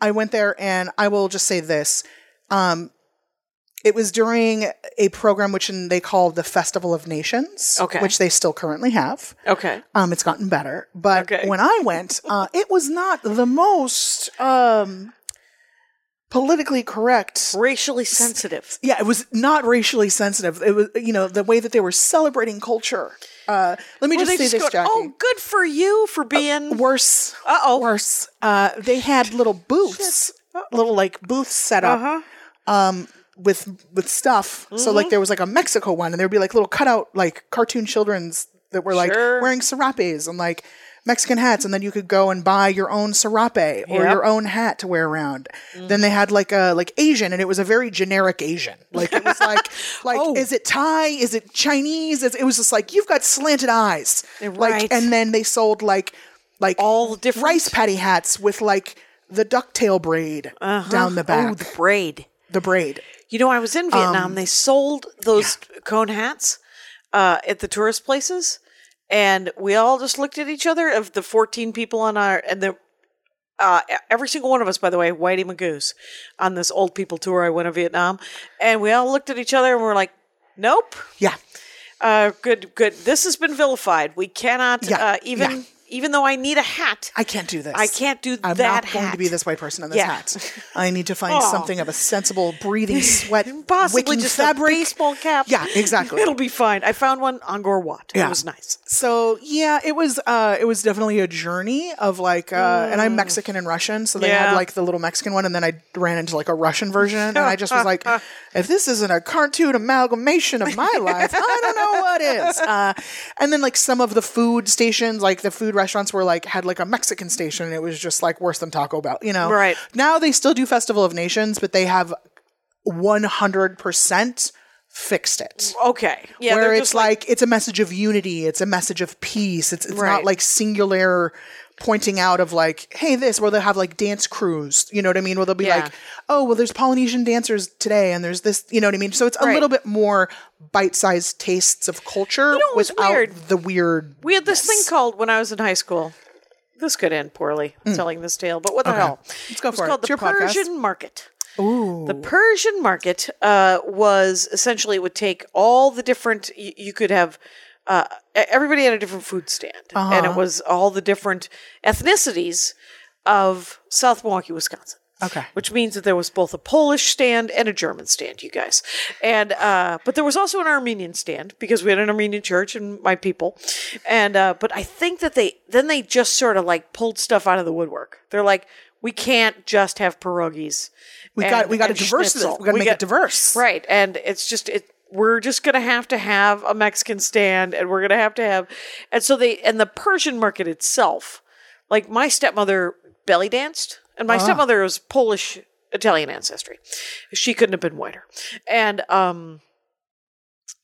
[SPEAKER 2] I went there and I will just say this. Um, It was during a program which they call the Festival of Nations,
[SPEAKER 1] Okay.
[SPEAKER 2] which they still currently have.
[SPEAKER 1] Okay.
[SPEAKER 2] Um, it's gotten better, but
[SPEAKER 1] Okay.
[SPEAKER 2] when I went, uh, it was not the most um, politically correct.
[SPEAKER 1] Racially sensitive.
[SPEAKER 2] Yeah, it was not racially sensitive. It was, you know, the way that they were celebrating culture. Uh, let me
[SPEAKER 1] Were
[SPEAKER 2] just
[SPEAKER 1] they
[SPEAKER 2] say
[SPEAKER 1] just
[SPEAKER 2] this,
[SPEAKER 1] going,
[SPEAKER 2] Jackie. Uh,
[SPEAKER 1] oh, good for you for being.
[SPEAKER 2] worse.
[SPEAKER 1] Uh-oh.
[SPEAKER 2] Worse. Uh, they had little booths, little like booths set up
[SPEAKER 1] Uh-huh.
[SPEAKER 2] um, with with stuff. So
[SPEAKER 1] Mm-hmm.
[SPEAKER 2] like there was like a Mexico one, and there would be like little cutout like cartoon childrens that were like
[SPEAKER 1] Sure.
[SPEAKER 2] wearing serapes and like Mexican hats, and then you could go and buy your own serape or
[SPEAKER 1] Yep.
[SPEAKER 2] your own hat to wear around. Then they had like a like Asian, and it was a very generic Asian. Like it was like like
[SPEAKER 1] Oh.
[SPEAKER 2] is it Thai? Is it Chinese? Is, it was just like you've got slanted eyes.
[SPEAKER 1] Right.
[SPEAKER 2] Like and then they sold like like
[SPEAKER 1] All the different-
[SPEAKER 2] rice patty hats with like the ducktail braid down the back.
[SPEAKER 1] Oh, the
[SPEAKER 2] the,
[SPEAKER 1] braid.
[SPEAKER 2] braid.
[SPEAKER 1] You know, I was
[SPEAKER 2] Um,
[SPEAKER 1] in Vietnam. they sold those cone hats uh, at the tourist places, and we all just looked at each other. Of the fourteen people on our and the uh, e- every single one of us, by the way, Whitey Magoose, on this old people tour I went to Vietnam, and we all looked at each other and we are like, "Nope,
[SPEAKER 2] Yeah.
[SPEAKER 1] uh, good, good. This has been vilified. We cannot
[SPEAKER 2] Yeah,
[SPEAKER 1] uh, even
[SPEAKER 2] yeah.
[SPEAKER 1] even though I need a hat,
[SPEAKER 2] I can't do this.
[SPEAKER 1] I can't do
[SPEAKER 2] I'm
[SPEAKER 1] that
[SPEAKER 2] not going
[SPEAKER 1] hat.
[SPEAKER 2] to be this white person in this
[SPEAKER 1] Yeah.
[SPEAKER 2] hat. I need to find
[SPEAKER 1] Aw.
[SPEAKER 2] something of a sensible breathing sweat,
[SPEAKER 1] Possibly
[SPEAKER 2] wicking
[SPEAKER 1] just
[SPEAKER 2] fabric.
[SPEAKER 1] a baseball cap.
[SPEAKER 2] Yeah, exactly.
[SPEAKER 1] It'll be fine. I found one on Gore Wat. It
[SPEAKER 2] Yeah.
[SPEAKER 1] was nice.
[SPEAKER 2] So yeah, it was uh, it was definitely a journey of like, uh, and I'm Mexican and Russian, so they
[SPEAKER 1] Yeah.
[SPEAKER 2] had like the little Mexican one, and then I ran into like a Russian version, and I just was like, if this isn't a cartoon amalgamation of my life, I don't know what is. Uh, and then like some of the food stations, like the food restaurants, were like had like a Mexican station, and it was just like worse than Taco Bell, you know?
[SPEAKER 1] Right.
[SPEAKER 2] now they still do Festival of Nations, but they have 100 percent fixed it
[SPEAKER 1] Okay. Yeah.
[SPEAKER 2] where
[SPEAKER 1] they're
[SPEAKER 2] it's
[SPEAKER 1] just
[SPEAKER 2] like, it's a message of unity, it's a message of peace. It's it's
[SPEAKER 1] Right.
[SPEAKER 2] not like singular pointing out of like, hey, this where they'll have like dance crews. You know what I mean? Where they'll be
[SPEAKER 1] Yeah.
[SPEAKER 2] like, oh, well, there's Polynesian dancers today, and there's this. You know what I mean? So it's a
[SPEAKER 1] Right.
[SPEAKER 2] little bit more bite-sized tastes of culture
[SPEAKER 1] know what was
[SPEAKER 2] without
[SPEAKER 1] weird?
[SPEAKER 2] the weird.
[SPEAKER 1] we had this thing called when I was in high school. This could end poorly telling this tale, but what the hell?
[SPEAKER 2] Mm. Let's go
[SPEAKER 1] It was
[SPEAKER 2] for it.
[SPEAKER 1] called
[SPEAKER 2] It's
[SPEAKER 1] the
[SPEAKER 2] your podcast.
[SPEAKER 1] Persian market. Ooh. The Persian market uh, was essentially it would take all the different. You, you could have uh, e- everybody had a different food stand, and
[SPEAKER 2] Uh-huh.
[SPEAKER 1] it was all the different ethnicities of South Milwaukee, Wisconsin.
[SPEAKER 2] Okay.
[SPEAKER 1] which means that there was both a Polish stand and a German stand, you guys. And uh, but there was also an Armenian stand because we had an Armenian church and my people. And uh, but I think that they then they just sort of like pulled stuff out of the woodwork. They're like, we can't just have pierogies.
[SPEAKER 2] We got we got to diverse this. We got to make it diverse.
[SPEAKER 1] Right. And it's just it we're just going to have to have a Mexican stand and we're going to have to have and so they and the Persian market itself. Like my stepmother belly danced and
[SPEAKER 2] Ah.
[SPEAKER 1] my stepmother was Polish Italian ancestry. She couldn't have been whiter. And um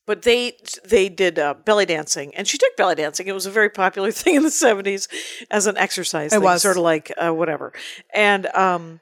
[SPEAKER 1] but they they did uh, belly dancing, and she took belly dancing. It was a very popular thing in the seventies as an exercise. It thing,
[SPEAKER 2] was.
[SPEAKER 1] sort of like uh, whatever, and um,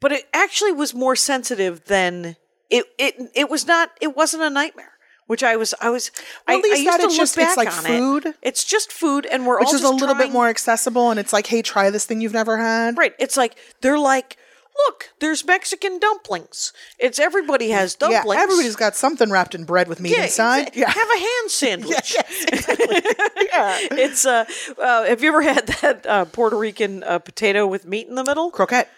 [SPEAKER 1] but it actually was more sensitive than it. It it was not. It wasn't a nightmare. Which I was, I was. I-
[SPEAKER 2] at least
[SPEAKER 1] I, used
[SPEAKER 2] that
[SPEAKER 1] to
[SPEAKER 2] it's
[SPEAKER 1] look
[SPEAKER 2] just-
[SPEAKER 1] back
[SPEAKER 2] it's like
[SPEAKER 1] on It.
[SPEAKER 2] food.
[SPEAKER 1] It's just food, and we're
[SPEAKER 2] Which
[SPEAKER 1] all
[SPEAKER 2] is a
[SPEAKER 1] just
[SPEAKER 2] little bit
[SPEAKER 1] trying-
[SPEAKER 2] more accessible, and it's like, hey, try this thing you've never had.
[SPEAKER 1] Right. It's like they're like, look, there's Mexican dumplings. It's everybody has
[SPEAKER 2] Yeah,
[SPEAKER 1] dumplings.
[SPEAKER 2] everybody's got something wrapped in bread with meat inside.
[SPEAKER 1] exa- Have a hand sandwich. it's uh, uh, have you ever had that uh, Puerto Rican uh, potato with meat in the middle?
[SPEAKER 2] croquette.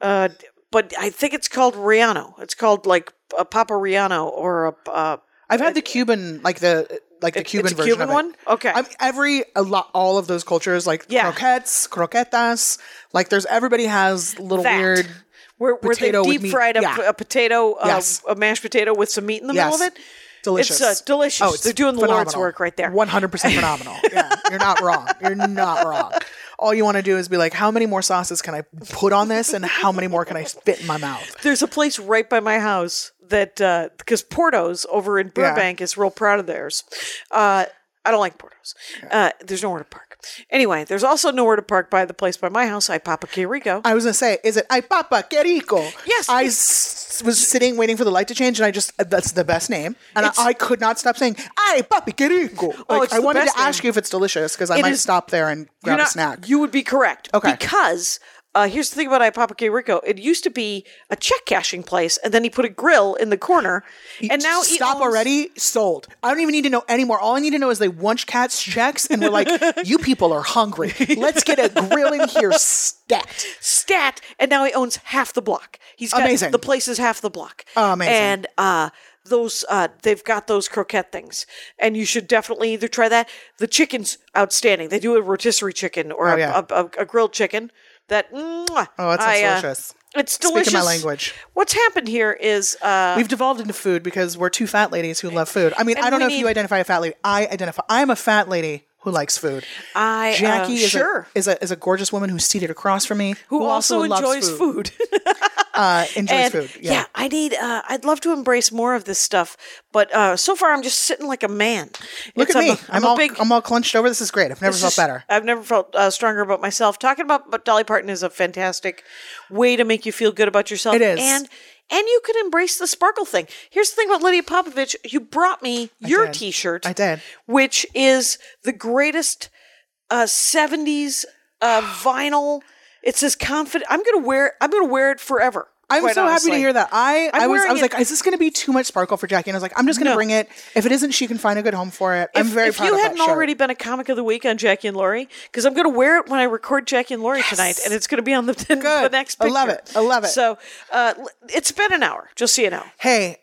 [SPEAKER 1] Uh, d- but I think it's called Riano. It's called like a Papa Riano or a uh,
[SPEAKER 2] I've had the Cuban, like the like the Cuban
[SPEAKER 1] it's a
[SPEAKER 2] version
[SPEAKER 1] Cuban
[SPEAKER 2] of it.
[SPEAKER 1] one? Okay.
[SPEAKER 2] I'm, every a lot, all of those cultures, like
[SPEAKER 1] Yeah.
[SPEAKER 2] croquettes, croquetas, like there's everybody has little
[SPEAKER 1] that.
[SPEAKER 2] weird.
[SPEAKER 1] where, where they
[SPEAKER 2] potato with
[SPEAKER 1] deep
[SPEAKER 2] meat.
[SPEAKER 1] fried a,
[SPEAKER 2] Yeah.
[SPEAKER 1] a potato, uh,
[SPEAKER 2] Yes.
[SPEAKER 1] a mashed potato with some meat in the
[SPEAKER 2] Yes,
[SPEAKER 1] middle of it.
[SPEAKER 2] delicious.
[SPEAKER 1] It's uh, delicious.
[SPEAKER 2] Oh, it's
[SPEAKER 1] They're doing the Lord's work right there.
[SPEAKER 2] One hundred percent phenomenal. Yeah, you're not wrong. You're not wrong. All you want to do is be like, how many more sauces can I put on this, and how many more can I spit in my mouth?
[SPEAKER 1] There's a place right by my house that because Portos over in Burbank is real proud of theirs. Uh, I don't like Portos. Uh, there's nowhere to park. Anyway, there's also nowhere to park by the place by my house. I pop a Rico.
[SPEAKER 2] I was gonna say, is it ay papa que rico?
[SPEAKER 1] Yes.
[SPEAKER 2] I s- was sitting waiting for the light to change, and I just that's the best name, and I,
[SPEAKER 1] It's- Oh,
[SPEAKER 2] I could not stop saying ay papi que rico. Like,
[SPEAKER 1] it's
[SPEAKER 2] I
[SPEAKER 1] the
[SPEAKER 2] wanted
[SPEAKER 1] best
[SPEAKER 2] to ask
[SPEAKER 1] name.
[SPEAKER 2] you if it's delicious because I
[SPEAKER 1] It
[SPEAKER 2] might
[SPEAKER 1] is-
[SPEAKER 2] stop there and grab
[SPEAKER 1] You're
[SPEAKER 2] a
[SPEAKER 1] not-
[SPEAKER 2] snack.
[SPEAKER 1] You would be correct.
[SPEAKER 2] Okay.
[SPEAKER 1] Because Uh, here's the thing about Ipapaque Rico. It used to be a check cashing place, and then he put a grill in the corner, and now he
[SPEAKER 2] stop
[SPEAKER 1] owns-
[SPEAKER 2] already. Sold. I don't even need to know anymore. All I need to know is they wunch cats checks, and we're like, you people are hungry. Let's get a grill in here stacked.
[SPEAKER 1] stat, and now he owns half the block. He's got
[SPEAKER 2] Amazing. Oh,
[SPEAKER 1] the place is half the block.
[SPEAKER 2] Amazing.
[SPEAKER 1] And uh those uh they've got those croquette things. And you should definitely either try that. The chicken's outstanding. They do a rotisserie chicken or a,
[SPEAKER 2] Oh, yeah.
[SPEAKER 1] a, a, a grilled chicken that Oh,
[SPEAKER 2] Oh, that sounds delicious.
[SPEAKER 1] it's
[SPEAKER 2] Speaking my
[SPEAKER 1] delicious.
[SPEAKER 2] language.
[SPEAKER 1] What's happened here is uh
[SPEAKER 2] We've devolved into food because we're two fat ladies who love food. I mean,
[SPEAKER 1] And
[SPEAKER 2] I don't
[SPEAKER 1] we
[SPEAKER 2] know if you
[SPEAKER 1] need-
[SPEAKER 2] identify a fat lady. I identify. I'm a fat lady who likes food.
[SPEAKER 1] I uh,
[SPEAKER 2] Jackie is,
[SPEAKER 1] sure.
[SPEAKER 2] a, is a is a gorgeous woman who's seated across from me
[SPEAKER 1] who, also,
[SPEAKER 2] loves
[SPEAKER 1] enjoys food.
[SPEAKER 2] Uh, enjoys
[SPEAKER 1] and
[SPEAKER 2] food.
[SPEAKER 1] yeah. I need. Uh, I'd love to embrace more of this stuff, but uh, so far I'm just sitting like a man.
[SPEAKER 2] Look
[SPEAKER 1] It's-
[SPEAKER 2] at me.
[SPEAKER 1] I'm,
[SPEAKER 2] I'm,
[SPEAKER 1] a- I'm
[SPEAKER 2] all
[SPEAKER 1] a big.
[SPEAKER 2] I'm all clenched over. This is great. I've never
[SPEAKER 1] this
[SPEAKER 2] felt
[SPEAKER 1] is-
[SPEAKER 2] better.
[SPEAKER 1] I've never felt uh, stronger about myself. Talking about, but Dolly Parton is a fantastic way to make you feel good about yourself.
[SPEAKER 2] It is.
[SPEAKER 1] and and you can embrace the sparkle thing. Here's the thing about Lydia Popovich. You brought me your
[SPEAKER 2] did.
[SPEAKER 1] T-shirt.
[SPEAKER 2] I did.
[SPEAKER 1] which is the greatest uh, '70s uh, vinyl. It says confident. I'm gonna wear. I'm gonna wear it forever.
[SPEAKER 2] I'm
[SPEAKER 1] quite
[SPEAKER 2] so happy to
[SPEAKER 1] honestly.
[SPEAKER 2] hear that. I,
[SPEAKER 1] I'm
[SPEAKER 2] I was I
[SPEAKER 1] wearing
[SPEAKER 2] was
[SPEAKER 1] it-
[SPEAKER 2] like, is this going to be too much sparkle for Jackie? And I was like, I'm just going to
[SPEAKER 1] No.
[SPEAKER 2] bring it. If it isn't, she can find a good home for it. I'm very
[SPEAKER 1] if
[SPEAKER 2] proud
[SPEAKER 1] you
[SPEAKER 2] of
[SPEAKER 1] hadn't
[SPEAKER 2] that shirt.
[SPEAKER 1] already been a comic of the week on Jackie and Laurie, because I'm going to wear it when I record Jackie and Laurie tonight, and it's going to be on the, the next.
[SPEAKER 2] I
[SPEAKER 1] Picture.
[SPEAKER 2] love it. I love it.
[SPEAKER 1] So uh, l- it's been an hour, just so you know.
[SPEAKER 2] Hey,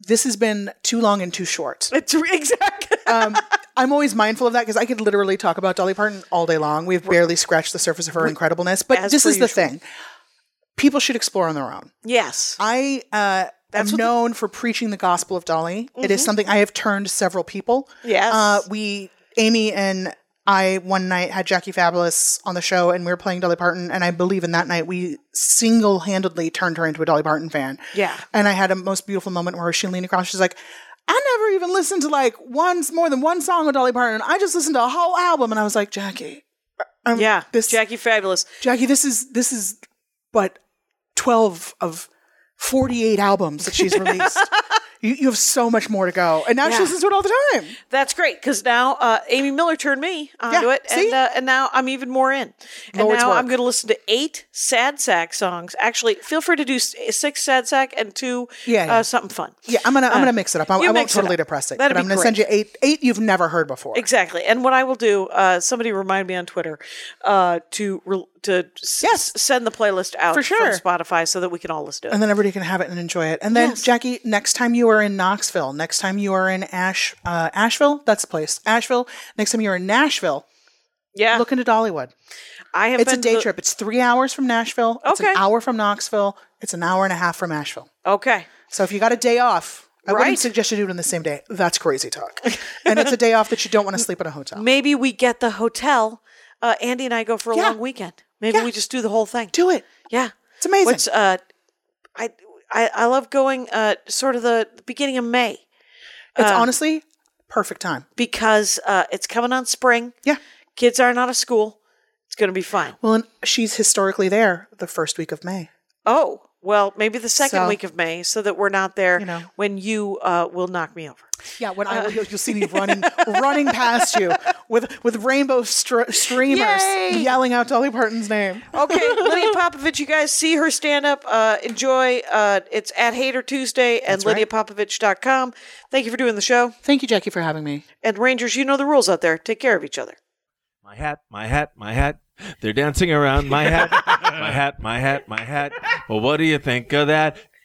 [SPEAKER 2] this has been too long and too short.
[SPEAKER 1] It's re- exactly.
[SPEAKER 2] Um, I'm always mindful of that because I could literally talk about Dolly Parton all day long. We've barely scratched the surface of her incredibleness. But
[SPEAKER 1] As
[SPEAKER 2] this
[SPEAKER 1] per
[SPEAKER 2] is the
[SPEAKER 1] usual.
[SPEAKER 2] thing: people should explore on their own.
[SPEAKER 1] yes.
[SPEAKER 2] I uh, am
[SPEAKER 1] what the- Mm-hmm.
[SPEAKER 2] known for preaching the gospel of Dolly. It is something I have turned several people.
[SPEAKER 1] Yes.
[SPEAKER 2] Uh, we, Amy and I, one night had Jackie Fabulous on the show and we were playing Dolly Parton. And I believe in that night we single handedly turned her into a Dolly Parton fan.
[SPEAKER 1] Yeah.
[SPEAKER 2] And I had a most beautiful moment where she leaned across. She's like, I never even listened to like one, more than one song of Dolly Parton. I just listened to a whole album. And I was like, Jackie. um,
[SPEAKER 1] yeah.
[SPEAKER 2] This,
[SPEAKER 1] Jackie Fabulous.
[SPEAKER 2] Jackie, this is this is but twelve of forty-eight albums that she's released. you, you have so much more to go, and now
[SPEAKER 1] Yeah.
[SPEAKER 2] she listens to it all the time.
[SPEAKER 1] That's great because now uh, Amy Miller turned me onto
[SPEAKER 2] Yeah,
[SPEAKER 1] it, and
[SPEAKER 2] see?
[SPEAKER 1] uh, and now I'm even more in. And
[SPEAKER 2] Lord's
[SPEAKER 1] now I'm
[SPEAKER 2] work.
[SPEAKER 1] going to listen to eight sad sack songs. Actually, feel free to do s- six sad sack and two
[SPEAKER 2] Yeah, yeah.
[SPEAKER 1] Uh, something fun.
[SPEAKER 2] Yeah, I'm gonna I'm gonna mix it up. I,
[SPEAKER 1] you
[SPEAKER 2] I won't
[SPEAKER 1] mix it
[SPEAKER 2] totally
[SPEAKER 1] up.
[SPEAKER 2] depress it,
[SPEAKER 1] That'd
[SPEAKER 2] but
[SPEAKER 1] be
[SPEAKER 2] I'm gonna send you
[SPEAKER 1] great.
[SPEAKER 2] eight eight you've never heard before.
[SPEAKER 1] Exactly. And what I will do, uh, somebody remind me on Twitter uh, to re- to s-
[SPEAKER 2] Yes.
[SPEAKER 1] s- send the playlist out
[SPEAKER 2] For sure.
[SPEAKER 1] from Spotify so that we can all listen to it.
[SPEAKER 2] and then everybody can have it and enjoy it. And then
[SPEAKER 1] Yes.
[SPEAKER 2] Jackie, next time you are in Knoxville, next time you are in Ash uh, Asheville, that's the place. Asheville. Next time you're in Nashville,
[SPEAKER 1] yeah,
[SPEAKER 2] look into Dollywood.
[SPEAKER 1] I have
[SPEAKER 2] It's a
[SPEAKER 1] been
[SPEAKER 2] day
[SPEAKER 1] to-
[SPEAKER 2] trip. It's three hours from Nashville. It's
[SPEAKER 1] Okay.
[SPEAKER 2] an hour from Knoxville. It's an hour and a half from Asheville.
[SPEAKER 1] Okay,
[SPEAKER 2] So if you got a day off, I
[SPEAKER 1] Right.
[SPEAKER 2] wouldn't suggest you do it on the same day. That's crazy talk. and it's a day off that you don't want to sleep at a hotel.
[SPEAKER 1] maybe we get the hotel. Uh, Andy and I go for a
[SPEAKER 2] Yeah.
[SPEAKER 1] long weekend. Maybe
[SPEAKER 2] Yeah.
[SPEAKER 1] we just do the whole thing.
[SPEAKER 2] Do it.
[SPEAKER 1] Yeah,
[SPEAKER 2] It's amazing.
[SPEAKER 1] What's uh, I I I love going uh sort of the, the beginning of May
[SPEAKER 2] it's honestly perfect time.
[SPEAKER 1] because uh it's coming on spring.
[SPEAKER 2] Yeah.
[SPEAKER 1] Kids aren't out of school. It's going to be fine.
[SPEAKER 2] Well, and she's historically there the first week of May.
[SPEAKER 1] Oh, well, maybe the second
[SPEAKER 2] So-
[SPEAKER 1] week of May so that we're not there
[SPEAKER 2] You know.
[SPEAKER 1] when you uh, will knock me over.
[SPEAKER 2] Yeah, when I you'll, you'll see me running running past you with with rainbow str- streamers
[SPEAKER 1] Yay!
[SPEAKER 2] yelling out Dolly Parton's name.
[SPEAKER 1] Okay, Lydia Popovich, you guys see her stand up. Uh, enjoy. Uh, it's at Hater Tuesday and
[SPEAKER 2] right.
[SPEAKER 1] LydiaPopovich.com. Thank you for doing the show.
[SPEAKER 2] Thank you, Jackie, for having me.
[SPEAKER 1] And Rangers, you know the rules out there. Take care of each other.
[SPEAKER 3] My hat, my hat, my hat. They're dancing around my hat, my hat, my hat, my hat. Well, what do you think of that?